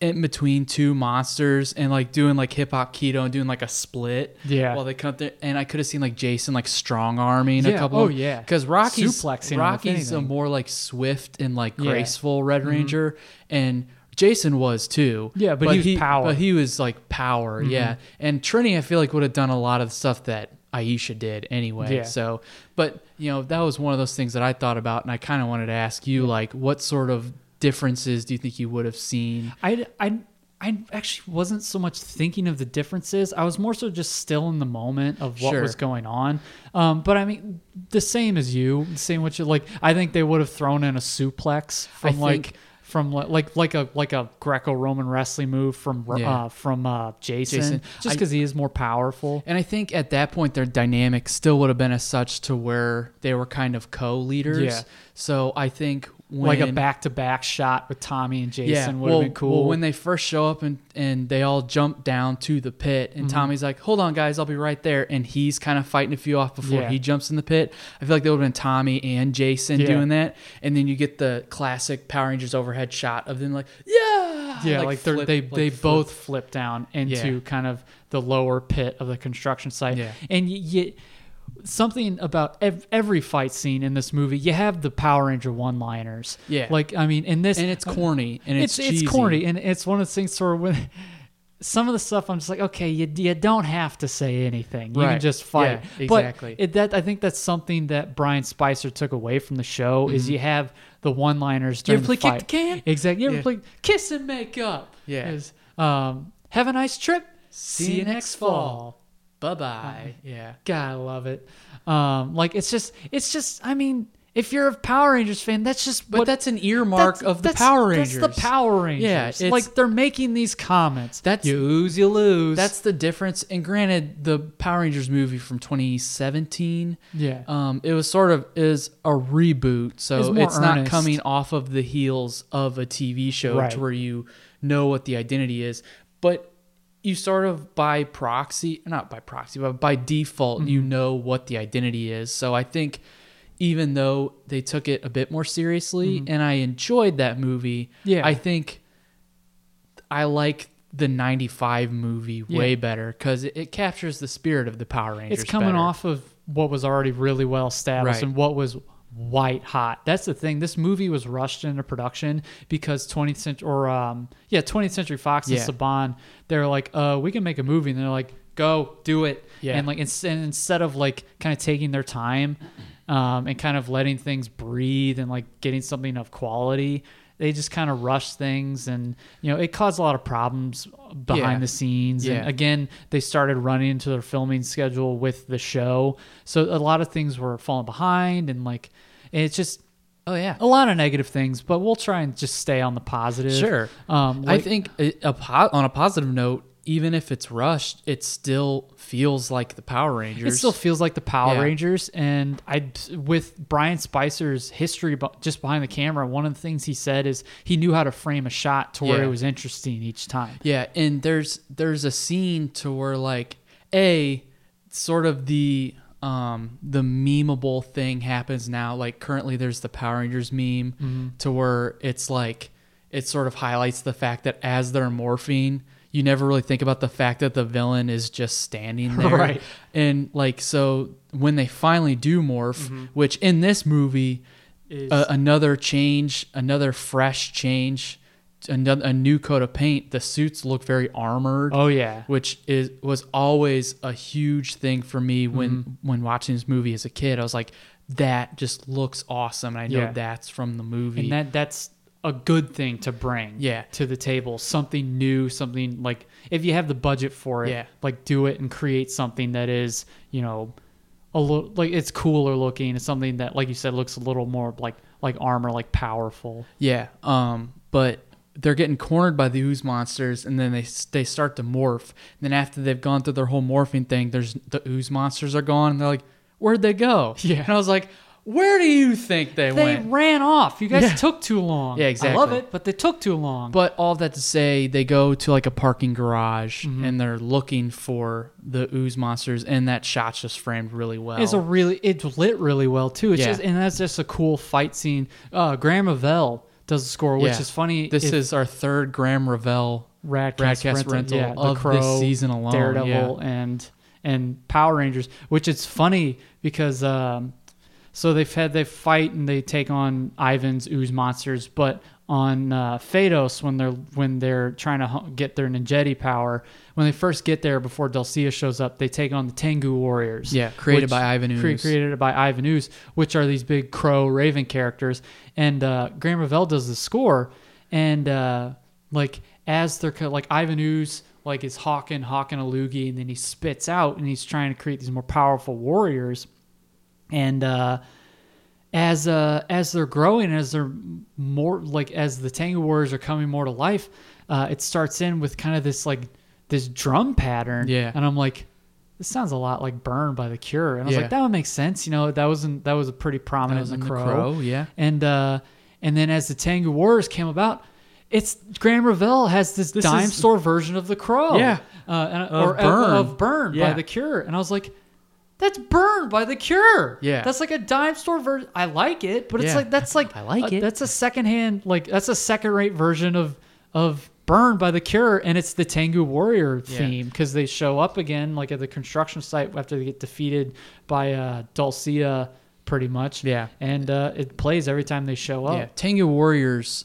in between two monsters and like doing like hip hop keto and doing like a split Yeah. while they come there and i could have seen like jason like strong arming a Yeah. couple Oh, of, yeah. because rocky's Suplexing 'em, if rocky's a anything. more like swift and like Yeah. Mm-hmm. graceful Red Ranger, and Jason was too. Yeah, but he was power. Mm-hmm. But he was like power. Yeah, and Trini, I feel like would have done a lot of the stuff that Aisha did anyway. Yeah. So, but you know, that was one of those things that I thought about, and I kind of wanted to ask you, like, what sort of differences do you think you would have seen? I, I, I actually wasn't so much thinking of the differences. I was more so just still in the moment of what Sure. was going on. Um, but I mean, the same as you, the same what you like. I think they would have thrown in a suplex I from like think- from li- like like a like a Greco-Roman wrestling move from Ro- Yeah. uh, from uh, Jason, Jason. just I- because he is more powerful. And I think at that point their dynamic still would have been as such to where they were kind of co-leaders. Yeah. So I think when like a back-to-back shot with Tommy and Jason Yeah, would well, have been cool. well, when they first show up and, and they all jump down to the pit, and Mm-hmm. Tommy's like, "Hold on, guys, I'll be right there," and he's kind of fighting a few off before Yeah. he jumps in the pit. I feel like there would have been Tommy and Jason Yeah. doing that, and then you get the classic Power Rangers overhead shot of them like, "Yeah, Yeah, like, they're, flip- they like they flip. both flip down into Yeah. kind of the lower pit of the construction site. Yeah. And y y- something about ev- every fight scene in this movie, you have the Power Ranger one liners. Yeah. like I mean, in this and it's corny and it's it's it's, cheesy. corny, and it's one of those things where when some of the stuff I'm just like, okay, you, you don't have to say anything. You can Right. just fight. Yeah, But exactly. it, that I think that's something that Brian Spicer took away from the show is you have the one-liners Mm-hmm. You during ever play the kick fight. the can? Exactly. You ever Yeah. play kiss and make up? Yeah. Is, um, have a nice trip. See you next fall. Bye bye. Yeah. God, I love it. Um, like it's just, it's just. I mean, if you're a Power Rangers fan, that's just. But what, that's an earmark that's- of the that's- Power Rangers. That's the Power Rangers. Yeah, it's- like they're making these comments. That's- you lose, you lose. That's the difference. And granted, the Power Rangers movie from 2017, Yeah. um, it was sort of is a reboot, so It's it's, more not earnest. coming off of the heels of a TV show Right. to where you know what the identity is, but you sort of by proxy, not by proxy, but by default, you Mm-hmm. know what the identity is. So I think even though they took it a bit more seriously, and I enjoyed that movie, Mm-hmm. Yeah. I think. I like the 95 movie Yeah. way better because it, it captures the spirit of the Power Rangers. it's coming better. off of what was already really well established Right. and what was white hot. That's the thing. This movie was rushed into production because 20th century or um yeah, 20th Century Fox Yeah. and Saban, they're like, uh, we can make a movie, and they're like, go do it. Yeah. And like ins- and instead of like kind of taking their time, um, and kind of letting things breathe and like getting something of quality. They just kind of rushed things, and you know it caused a lot of problems behind Yeah. the scenes. And Yeah. again, they started running into their filming schedule with the show, so a lot of things were falling behind, and like it's just Oh yeah. a lot of negative things. But we'll try and just stay on the positive. Sure. Um, I like- think a, a po- on a positive note, even if it's rushed, it still feels like the Power Rangers. It still feels like the Power Yeah. Rangers, and I with Brian Spicer's history bu- just behind the camera. One of the things he said is he knew how to frame a shot to where Yeah. it was interesting each time. Yeah, and there's there's a scene to where like a sort of the um the memeable thing happens now. Like currently there's the Power Rangers meme to where it's like it sort of highlights the fact that as they're morphing, you never really think about the fact that the villain is just standing there. Right. And like so when they finally do morph, which in this movie a- another change, another fresh change, another a new coat of paint. The suits look very armored. Oh, yeah. which is was always a huge thing for me when Mm-hmm. when watching this movie as a kid. I was like, that just looks awesome, and I know Yeah. that's from the movie. And that that's a good thing to bring Yeah. to the table. Something new, something like if you have the budget for it, Yeah. like do it and create something that is, you know, a little like it's cooler looking. It's something that, like you said, looks a little more like like armor, like powerful. Yeah. Um, but they're getting cornered by the ooze monsters, and then they they start to morph. And then after they've gone through their whole morphing thing, there's the ooze monsters are gone, and they're like, "Where'd they go?" Yeah. And I was like, "Where do you think they, They went?" ran off. You guys Yeah. took too long. Yeah, I love exactly. it, but they took too long. But all that to say, they go to like a parking garage Mm-hmm. and they're looking for the ooze monsters, and that shot's just framed really well. It's a really it's lit really well too. It's Oh. Yeah. just and that's just a cool fight scene. Uh, Graham Avell does the score, which Yeah. is funny. This if is our third Graham Revell Radcast, Radcast rental yeah, The of Crow, this season alone. Daredevil, yeah. and and Power Rangers. Which it's funny because um, so they've had they fight and they take on Ivan's ooze monsters, but on uh, Phaedos when they're when they're trying to hu- get their Ninjetti power. When they first get there, before Delcia shows up, they take on the Tengu warriors. Yeah, created by Ivan cre- Ooze. created by Ivan Ooze, which are these big crow raven characters. And uh, Graham Revell does the score, and uh, like as they're co- like Ivan Ooze like is hawking hawking a loogie, and then he spits out, and he's trying to create these more powerful warriors, and. uh as uh as they're growing as they're more like as the tango warriors are coming more to life uh it starts in with kind of this like this drum pattern Yeah. and i'm like this sounds a lot like burn by the cure and i was Yeah. like that would make sense you know that wasn't that was a pretty prominent was in in the The crow. Crow, yeah. and uh and then as the tango warriors came about it's Graham Revell has this, dime is- store version of the crow, Yeah. uh, and- Of or Burn. of, of burn by Yeah. the cure, and I was like, that's burned by the cure. Yeah. That's like a dime store version. I like it, but it's Yeah. like that's like I like uh, it. That's a secondhand like that's a second rate version of of burned by the cure and it's the Tengu warrior theme because they show up again like at the construction site after they get defeated by uh Dulcia pretty much. Yeah. And uh it plays every time they show up. Yeah, Tengu warriors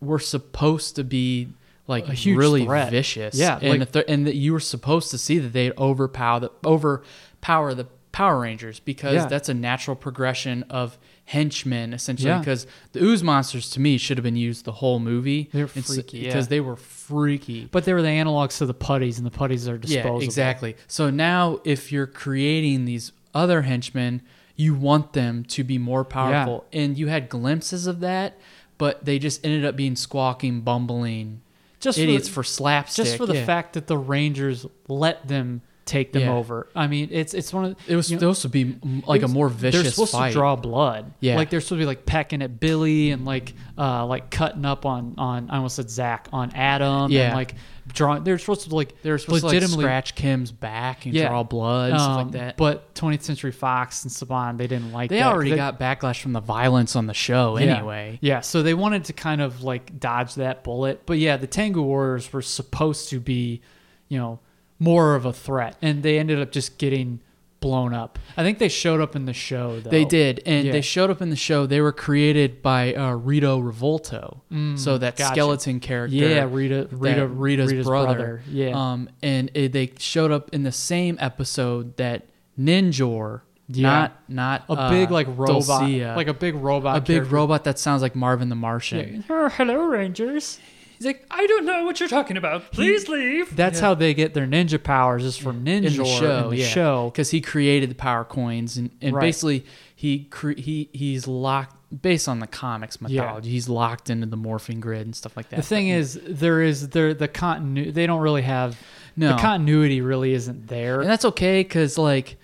were supposed to be like A huge really threat. vicious. Yeah, and like- if they're- and that you were supposed to see that they'd overpower the overpower the Power Rangers because Yeah. that's a natural progression of henchmen essentially. Yeah. Because the ooze monsters to me should have been used the whole movie. They're It's- freaky, yeah. because they were freaky. But they were the analogs to the putties and the putties are disposable. Yeah, exactly. So now, if you're creating these other henchmen, you want them to be more powerful, and you had glimpses of that, but they just ended up being squawking, bumbling Just for the- idiots for, slapstick. Just for the Yeah. fact that the Rangers let them take them Yeah. over. I mean, it's it's one of it was you know- supposed to be mm, like It was- a more They're vicious supposed fight. to draw blood. Yeah. like they're supposed to be like pecking at Billy and like uh like cutting up on on I almost said Zach on Adam. and Yeah. like drawing. They're supposed to like They're supposed to legitimately like scratch Kim's back and yeah, draw blood and stuff um, like that. But 20th Century Fox and Saban they didn't like. they that. already got backlash from the violence on the show Yeah. anyway. Yeah, so they wanted to kind of like dodge that bullet. But yeah, the Tango Warriors were supposed to be, you know, more of a threat, and they ended up just getting blown up. I think they showed up in the show though. They did, and Yeah. they showed up in the show. They were created by uh, Rito Revolto, so that Mm, gotcha. skeleton character. Yeah, Rita- that Rita- Rita's, Rita's brother. brother, yeah. um, and it, they showed up in the same episode that Ninjor, Yeah. not not a uh, big like robot, Dulcia, like a big robot, a big character. robot that sounds like Marvin the Martian. Oh, hello, Rangers. He's like, I don't know what you're talking about. Please leave. That's how they get their ninja powers, is from ninja in the show, In the show. because he created the power coins, and, and Right. basically he cre- he he's locked based on the comics mythology. He's locked into the morphing grid and stuff like that. The thing is, there is there the continuity. They don't really have No. the continuity. Really, isn't there? and that's okay because like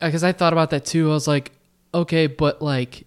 because i thought about that too i was like okay but like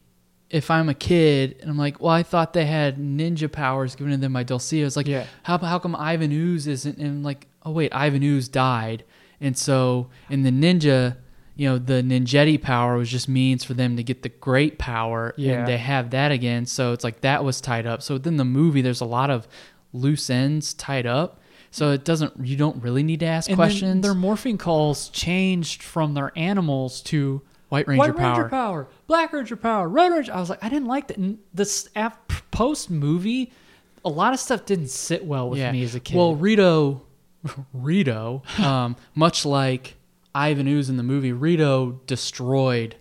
if i'm a kid and i'm like well i thought they had ninja powers given to them by dulcia it's like Yeah. how, how come ivan ooze isn't and I'm like oh wait ivan ooze died and so in the ninja you know the ninjetti power was just means for them to get the great power Yeah. and they have that again so it's like that was tied up so within the movie there's a lot of loose ends tied up so it doesn't you don't really need to ask And then questions Their morphing calls changed from their animals to White Ranger White Ranger power. power, Black Ranger power, Red Ranger. I was like, I didn't like that. And this post movie, a lot of stuff didn't sit well with me as a kid. Well, Rito, Rito, um, much like Ivan Ooze in the movie, Rito destroyed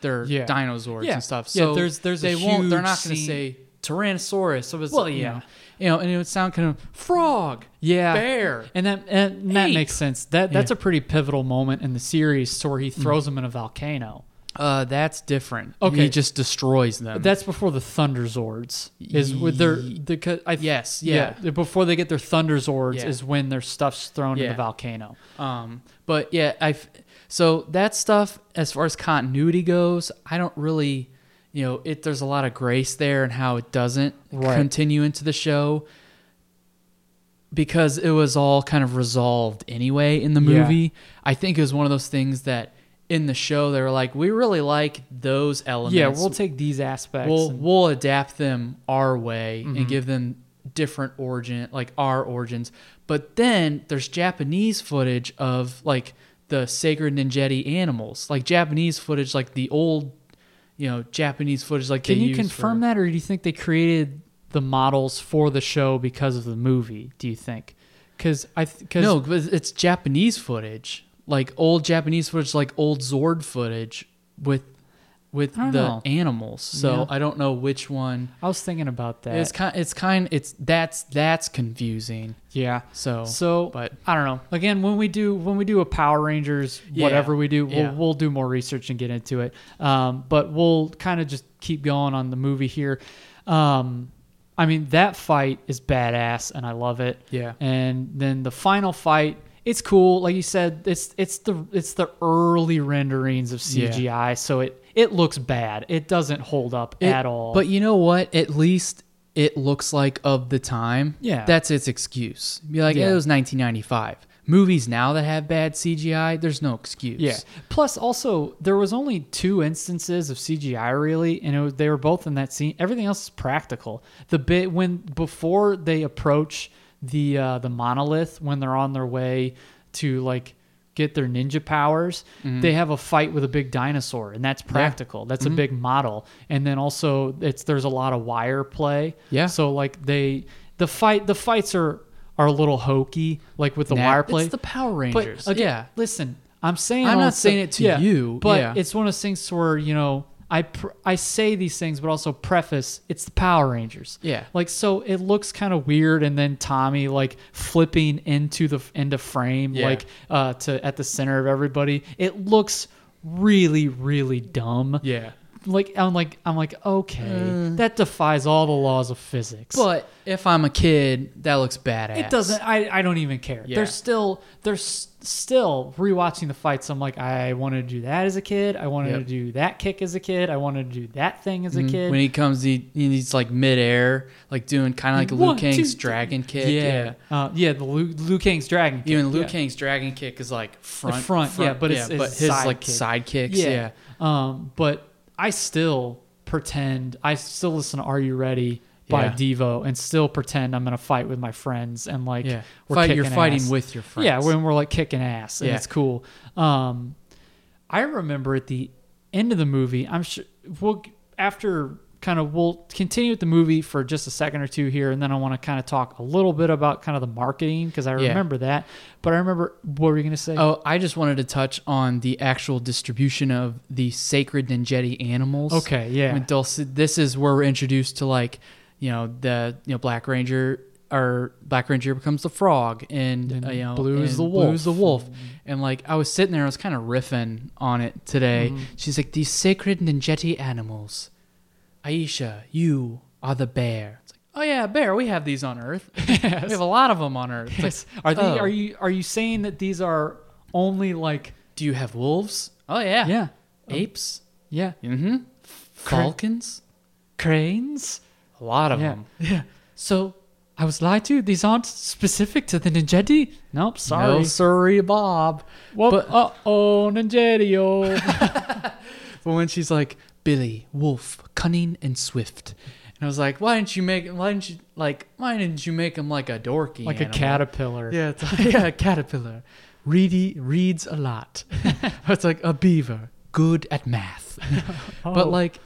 their Yeah. dinosaurs Yeah. and stuff. Yeah, So there's- there's a they won't. They're huge not going scene- to say Tyrannosaurus. So it's Well, you yeah. know, you know, and it would sound kind of frog, yeah, bear, and that and that ape. makes sense. That that's a pretty pivotal moment in the series, so where he throws them in a volcano. uh, that's different. Okay. he just destroys them. That's before the Thunder Zords is with their the co- I, Yes, before they get their Thunder Zords Yeah. is when their stuff's thrown in Yeah. the volcano. Um, but yeah, I so that stuff as far as continuity goes, I don't really, you know, it there's a lot of grace there and how it doesn't Right. continue into the show because it was all kind of resolved anyway in the Yeah. movie. I think it was one of those things that in the show they were like, we really like those elements. Yeah, we'll take these aspects. We'll and- Mm-hmm. we'll adapt them our way and give them different origin, like our origins. But then there's Japanese footage of like the sacred ninjetti animals, like Japanese footage, like the old, you know, Japanese footage. Like Can they you use confirm for- that, or do you think they created the models for the show because of the movie? Do you think? Because I because No, 'cause it's Japanese footage, like old Japanese footage, like old Zord footage with with the don't know. animals. So Yeah. I don't know which one. I was thinking about that. It's kind. It's kind. It's that's that's confusing. yeah. So So, but I don't know. Again, when we do when we do a Power Rangers, Yeah. whatever we do, we'll, Yeah. we'll do more research and get into it. Um, but we'll kind of just keep going on the movie here. Um, I mean, that fight is badass, and I love it. Yeah. And then the final fight, it's cool. Like you said, it's it's the it's the early renderings of Yeah. CGI, so it it looks bad. It doesn't hold up It- at all. But you know what? At least it looks like of the time. Yeah. That's its excuse. Be like, Yeah. it was 1995. Movies now that have bad CGI, there's no excuse. Yeah. Plus, also, there was only two instances of CGI really, and it was, they were both in that scene. Everything else is practical. The bit when before they approach the uh, the monolith, when they're on their way to like get their ninja powers, Mm-hmm. they have a fight with a big dinosaur, and that's practical. That's a big model, and then also it's there's a lot of wire play. Yeah. So like they the fight the fights are. Are a little hokey, like with the Nah, wire play. It's the Power But Rangers. again, yeah. listen, I'm saying I'm all not this saying stuff- it to yeah, you, but yeah. it's one of those things where you know I pr- I say these things, but also preface it's the Power Rangers. Yeah. like so it looks kind of weird, and then Tommy like flipping into the into frame Yeah. like uh to at the center of everybody. It looks really really dumb. Yeah. Mm. Like I'm like I'm like okay, that defies all the laws of physics. But if I'm a kid, that looks badass. It doesn't. I, I don't even care. Yeah. They're still they're s- still rewatching the fights. I'm like, I wanted to do that as a kid. I wanted Yep. Mm-hmm. to do that kick as a kid. I wanted to do that thing as a kid. When he comes, he, he's like midair, like doing kind of like One, Liu Kang's two, dragon kick. yeah, yeah. Uh, yeah. The Liu, Liu Kang's dragon. Kick. Even Liu yeah. Kang's dragon kick is like front, front, yeah, but it's- it's his side like kick. side kicks, Yeah. yeah. Um, but I still pretend. I still listen to "Are You Ready." By Yeah. Devo, and still pretend I'm gonna fight with my friends, and like Yeah. we're Fight- you're kicking fighting ass. with your friends. Yeah, when we're like kicking ass, and Yeah. it's cool. Um, I remember at the end of the movie, I'm sure we'll after kind of we'll continue with the movie for just a second or two here, and then I want to kind of talk a little bit about kind of the marketing because I Yeah. remember that. But I remember what were you gonna say? Oh, I just wanted to touch on the actual distribution of the sacred Ninjetti animals. Okay, yeah. When Dulce- this is where we're introduced to like, you know, the you know Black Ranger or Black Ranger becomes the frog, and, uh, you know, Blue is and the Mm-hmm. Blue's the wolf. And like, I was sitting there, I was kind of riffing on it today. Mm-hmm. She's like, these sacred Ninjetti animals. Aisha, you are the bear. It's like, oh yeah, bear. We have these on Earth. We have a lot of them on Earth. It's like, are they, oh. are you are you saying that these are only like Do you have wolves? Oh yeah. Yeah. Apes? yeah Mm-hmm. Falcons? cranes? A lot of Yeah. them. Yeah. So I was lied to. These aren't specific to the Ninjetti. Nope. Sorry. No, sorry, Bob. Well, But- uh oh, Ninjetti. But when she's like, Billy, wolf, cunning and swift. And I was like, why didn't you make why didn't you like why didn't you make him like a dorky? like animal? a caterpillar. Yeah, it's yeah, a caterpillar. Reedy reads a lot. it's like a beaver, good at math. Oh. But like,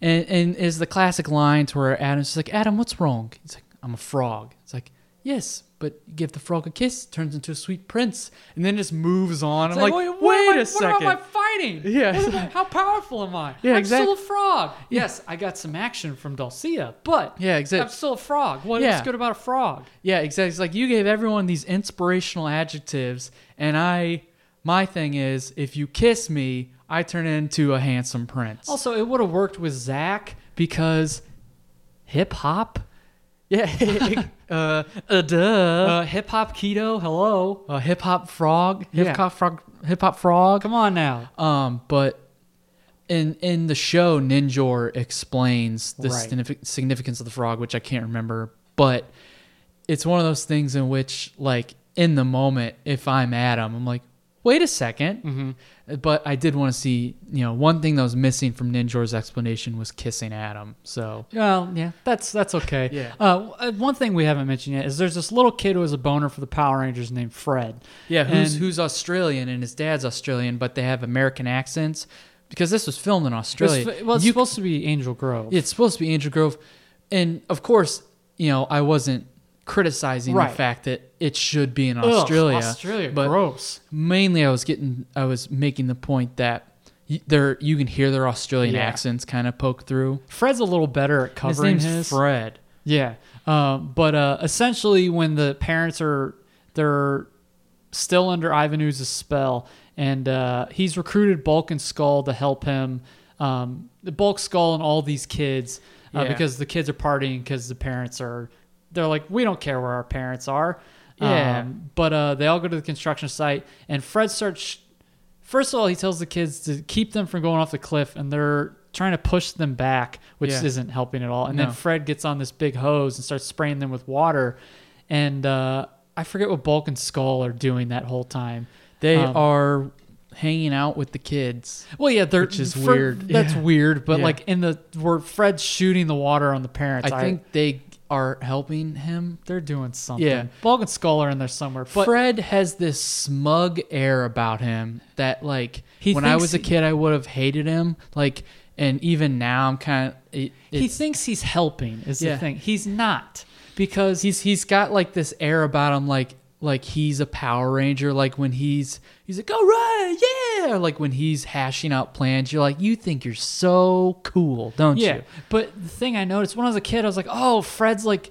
and and is the classic line to where Adam's just like, Adam, what's wrong? He's like, I'm a frog. It's like, yes, but you give the frog a kiss, turns into a sweet prince, and then just moves on. I'm like, wait, what am I- a second. What am I fighting? Yeah. What am I- how powerful am I? Yeah, I'm exact- still a frog. Yes, I got some action from Dulcia, but Yeah, exact- I'm still a frog. What, Yeah. What's good about a frog? yeah, exactly. It's like you gave everyone these inspirational adjectives, and I, my thing is, if you kiss me, I turn into a handsome prince. Also, it would have worked with Zach because hip hop. yeah, uh, uh, duh. Uh, hip hop keto. Hello. a hip hop frog, Yeah. hip hop frog, hip hop frog. Come on now. Um, but in in the show, Ninjor explains the Right. signific- significance of the frog, which I can't remember, but it's one of those things in which, like, in the moment, if I'm Adam, I'm like, wait a 2nd But I did want to see, you know, one thing that was missing from Ninjor's explanation was kissing Adam. So Well, yeah, that's that's okay. Yeah. Uh, w- uh, one thing we haven't mentioned yet is there's this little kid who was a boner for the Power Rangers named Fred. Yeah, who's And- who's Australian and his dad's Australian, but they have American accents because this was filmed in It was Australia. f- well, it's You- supposed to be Angel Grove. it's supposed to be Andrew Grove. and of course, you know, I wasn't criticizing Right. the fact that it should be in Ugh, Australia. Australia, but gross. mainly I was getting, I was making the point that y- there you can hear their Australian Yeah. accents kind of poke through. Fred's a little better at His covering name's his. Fred. Yeah, um, but uh, essentially, when the parents are they're still under Ivanuz's spell, and uh, he's recruited Bulk and Skull to help him. Um, the Bulk, Skull, and all these kids, uh, Yeah. because the kids are partying because the parents are. They're like, we don't care where our parents are. Yeah. but uh, they all go to the construction site, and Fred starts. First of all, he tells the kids to keep them from going off the cliff, and they're trying to push them back, which Yeah. isn't helping at all. And No. then Fred gets on this big hose and starts spraying them with water. And uh, I forget what Bulk and Skull are doing that whole time. They Um, are hanging out with the kids. well, yeah, they're which is for- weird. That's Yeah. weird, but Yeah. like in the where Fred's shooting the water on the parents, I think they are helping him. they're doing something. Yeah. Bulk and Skull are in there somewhere, but Fred has this smug air about him that, like, He when I thinks was a he- kid, I would have hated him. Like, and even now, I'm kind of. It, he it's- thinks he's helping. Is Yeah. the thing he's not because he's he's got like this air about him, like like he's a Power Ranger. Like when he's he's like, all right, yeah. Like when he's hashing out plans, you're like, you think you're so cool, don't yeah, you? but the thing I noticed when I was a kid, I was like, "Oh, Fred's like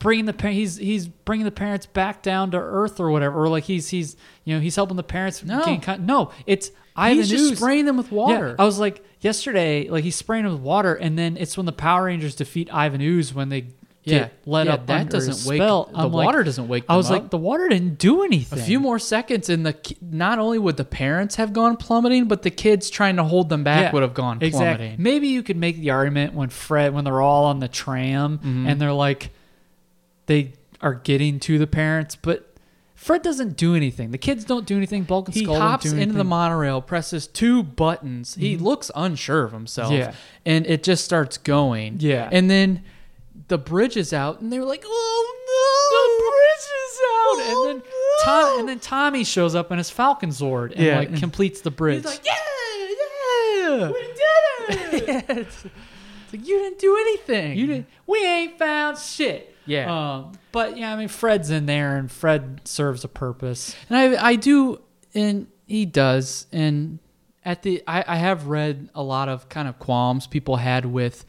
bringing the par- he's he's bringing the parents back down to earth or whatever, or like he's he's you know he's helping the parents No. gain con- no, it's I He's just spraying them with water. I was like yesterday, like he's spraying them with water, and then it's when the Power Rangers defeat Ivan Ooze when they get Yeah. let Yeah, up. that under his doesn't wake- spell. the I'm like- water doesn't wake I was them like, up. the water didn't do anything. A few more seconds, and the ki- not only would the parents have gone plummeting, but the kids trying to hold them back would have gone exact- plummeting. Maybe you could make the argument when Fred, when they're all on the tram Mm-hmm. and they're like, they are getting to the parents, but Fred doesn't do anything. The kids don't do anything. Bulk and He Skull don't hops do into the anything. Mm-hmm. monorail, presses two buttons. He looks unsure of himself, Yeah. and it just starts going. Yeah. and then the bridge is out, and they were like, "Oh no, the bridge and is then Tom, and then Tommy shows up in his Falcon Zord and Yeah. like completes the bridge. He's like, "Yeah, yeah, we did it." it's, it's like you didn't do anything. you didn't, we ain't found shit. Yeah. Um, but yeah, I mean, Fred's in there and Fred serves a purpose. And I I do and he does and at the I, I have read a lot of kind of qualms people had with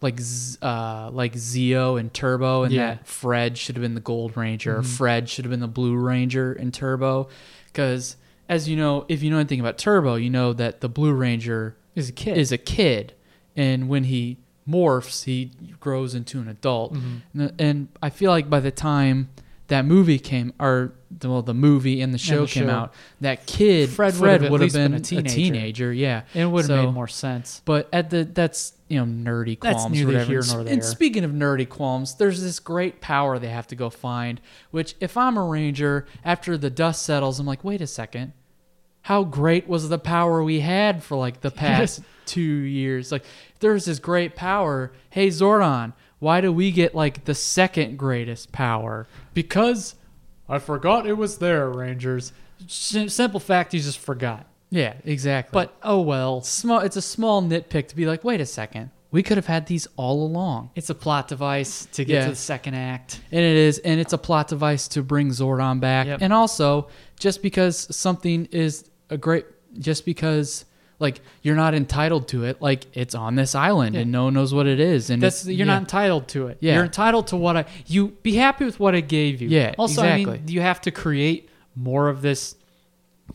like Z- uh like Zio and Turbo and Yeah. Mm-hmm. that Fred should have been the Gold Ranger, Fred should have been the Blue Ranger and Turbo cuz as you know, if you know anything about Turbo, you know that the Blue Ranger Is a kid. is a kid and when he morphs he grows into an adult Mm-hmm. and, and i feel like by the time that movie came or the, well the movie and the show the came show. out that kid Fred fred, would have at would have least been been, a a, teenager. teenager. yeah It would have So- made more sense. but at the that's you know nerdy That's qualms or neither whatever. here And nor s- there. And speaking of nerdy qualms, there's this great power they have to go find. Which if I'm a ranger, after the dust settles, I'm like, wait a second, how great was the power we had for like the past two years? Like there's this great power. Hey Zordon, why do we get like the second greatest power? Because I forgot it was there, Rangers. Sim- simple fact, you just forgot. Yeah, exactly. But But oh well, small, it's a small nitpick to be like, wait a second, we could have had these all along. it's a plot device to get Yeah. to the second act. And it is, and it's a plot device to bring Zordon back. Yep. And also, just because something is a great, just because like you're not entitled to it, like it's on this island and no one knows what it is, and That's it's- you're yeah. not entitled to it. Yeah. You're entitled to what I you be happy with what I gave you. Yeah, Also, I mean, exactly. you have to create more of this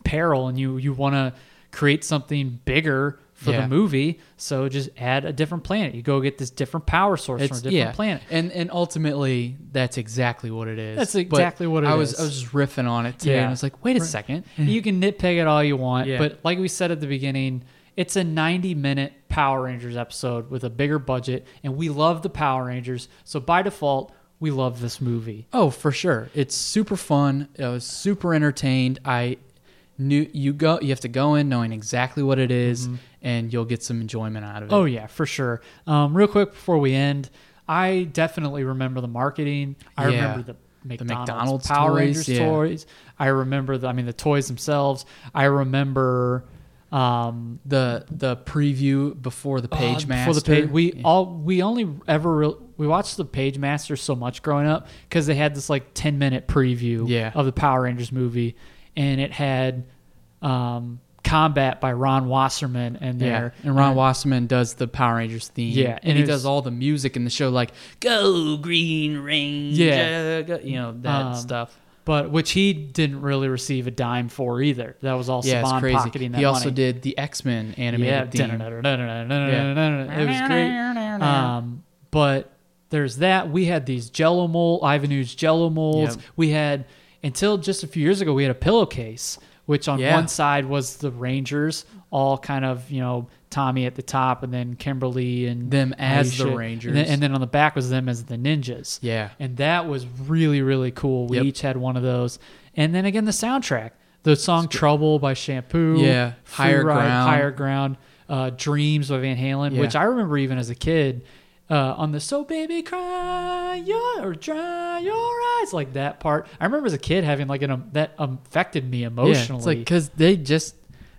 peril, and you you want to create something bigger for Yeah. the movie. So just add a different planet. You go get this different power source from a It's different yeah, planet. and and ultimately that's exactly what it is. That's But exactly what it I was. is. I was just riffing on it today, Yeah. and I was like, wait a second, you can nitpick it all you want, Yeah. but like we said at the beginning, it's a 90 minute Power Rangers episode with a bigger budget, and we love the Power Rangers, so by default, we love this movie. Oh, for sure. It's super fun. I was super entertained. I knew you go you have to go in knowing exactly what it is, and you'll get some enjoyment out of it. Oh yeah, for sure. Um, real quick before we end, I definitely remember the marketing. I Yeah. remember the McDonald's, McDonald's Power toys, Rangers yeah. toys. I remember the I mean the toys themselves. I remember Um, the the preview Uh, before the page before master. the page, we all we only ever re- we watched the page master so much growing up because they had this like ten minute preview Yeah. of the Power Rangers movie, and it had um, combat by Ron Wasserman in there, And Ron Wasserman does the Power Rangers theme. Yeah, and, and he it's- does all the music in the show, like "Go Green Ranger," Yeah. go- you know that Um, stuff. but which he didn't really receive a dime for either. That was all Yeah, Saban it's crazy. He pocketing that also money. did the X Men animated yeah, theme. it was great. Um, but there's that. We had these Jello mold, Ivanu's Jello molds. Yep. We had until just a few years ago, we had a pillowcase, which on Yeah. one side was the Rangers, all kind of you know Tommy at the top, and then Kimberly and Them as the Aisha. Rangers. and then, and then on the back was them as the ninjas. Yeah. and that was really really cool. We Yep. each had one of those, and then again the soundtrack. The song "Trouble" by Shampoo, Yeah, Free Higher Ride, Ground. higher ground uh, dreams by van halen which Yeah. i remember even as a kid uh, on the so baby cry your or dry your eyes like that part i remember as a kid having like an um, that affected me emotionally Yeah, it's like because they just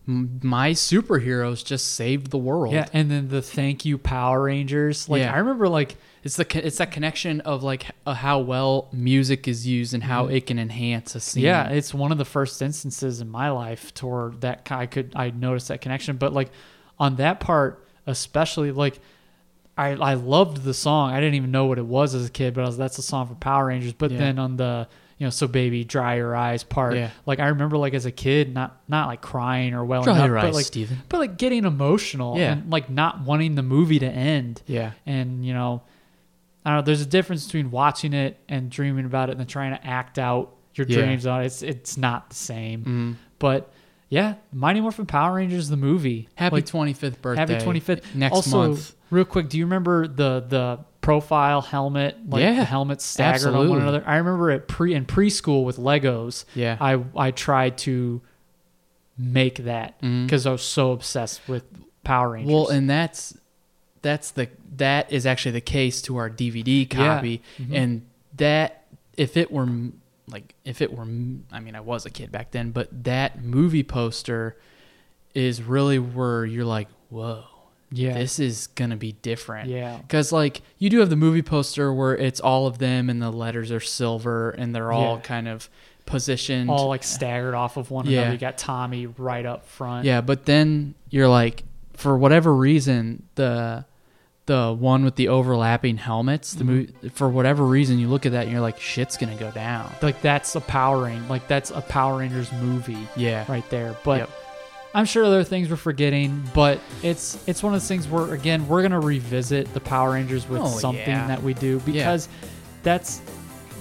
m- my superheroes just saved the world. Yeah, and then the thank you power rangers like Yeah. i remember like It's the co- it's that connection of like h- uh, how well music is used and how it can enhance a scene. Mm-hmm. yeah it's one of the first instances in my life to where that ki- i could i noticed that connection but like on that part especially like i i loved the song i didn't even know what it was as a kid but I was, that's a song for power rangers but Yeah. then on the you know so baby dry your eyes part Yeah. like i remember like as a kid not not like crying or well Dry enough, your but eyes, like Steven. but like getting emotional Yeah. and like not wanting the movie to end Yeah. and you know I don't know. There's a difference between watching it and dreaming about it and then trying to act out your Yeah. Mm-hmm. dreams on it. It's it's not the same. But yeah, Mighty Morphin Power Rangers the movie. Happy Like, 25th birthday. happy 25th next also, month. Real quick, do you remember the the profile helmet? Like Yeah, the helmets staggered on absolutely. one another. I remember at pre in preschool with Legos. Yeah. I I tried to make that because I was so obsessed with Power Rangers. Mm-hmm. Well, and that's that's the that is actually the case to our DVD copy, Mm-hmm. and that if it were m- like if it were, m- I mean, I was a kid back then, but that movie poster is really where you're like, whoa, Yeah. this is gonna be different, Yeah. because like you do have the movie poster where it's all of them and the letters are silver and they're all Yeah. kind of positioned all like staggered off of one Yeah. another. You got Tommy right up front. Yeah, but then you're like, for whatever reason, the the one with the overlapping helmets, the mo- for whatever reason, you look at that and you're like, shit's gonna go down. like that's a Power Ranger, like that's a Power Rangers movie. Yeah. right there. But Yep. I'm sure there are things we're forgetting. But it's it's one of those things where again we're gonna revisit the Power Rangers with Oh, something yeah. that we do because that's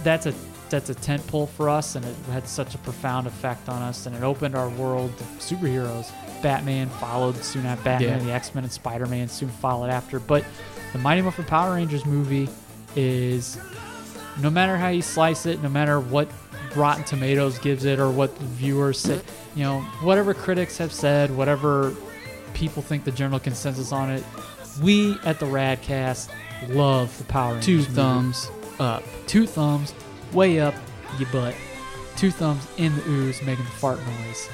that's a that's a tent pole for us, and it had such a profound effect on us, and it opened our world to superheroes. Batman followed soon after Batman, Yeah. the X Men, and Spider Man soon followed after. But the Mighty Morphin Power Rangers movie is no matter how you slice it, no matter what Rotten Tomatoes gives it or what the viewers say, you know, whatever critics have said, whatever people think the general consensus on it, we at the Radcast love the Power Rangers. Two movie. thumbs up. two thumbs, way up your butt, two thumbs in the ooze, making the fart noise.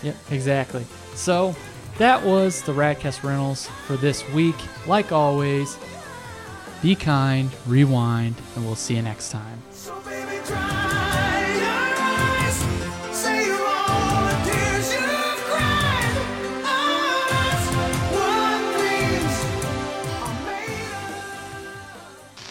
Yep, exactly. So that was the Radcast Rentals for this week. Like always, Be kind, rewind, and we'll see you next time. So baby, dry your eyes. Save all the tears you've cried. All that's what dreams are made of.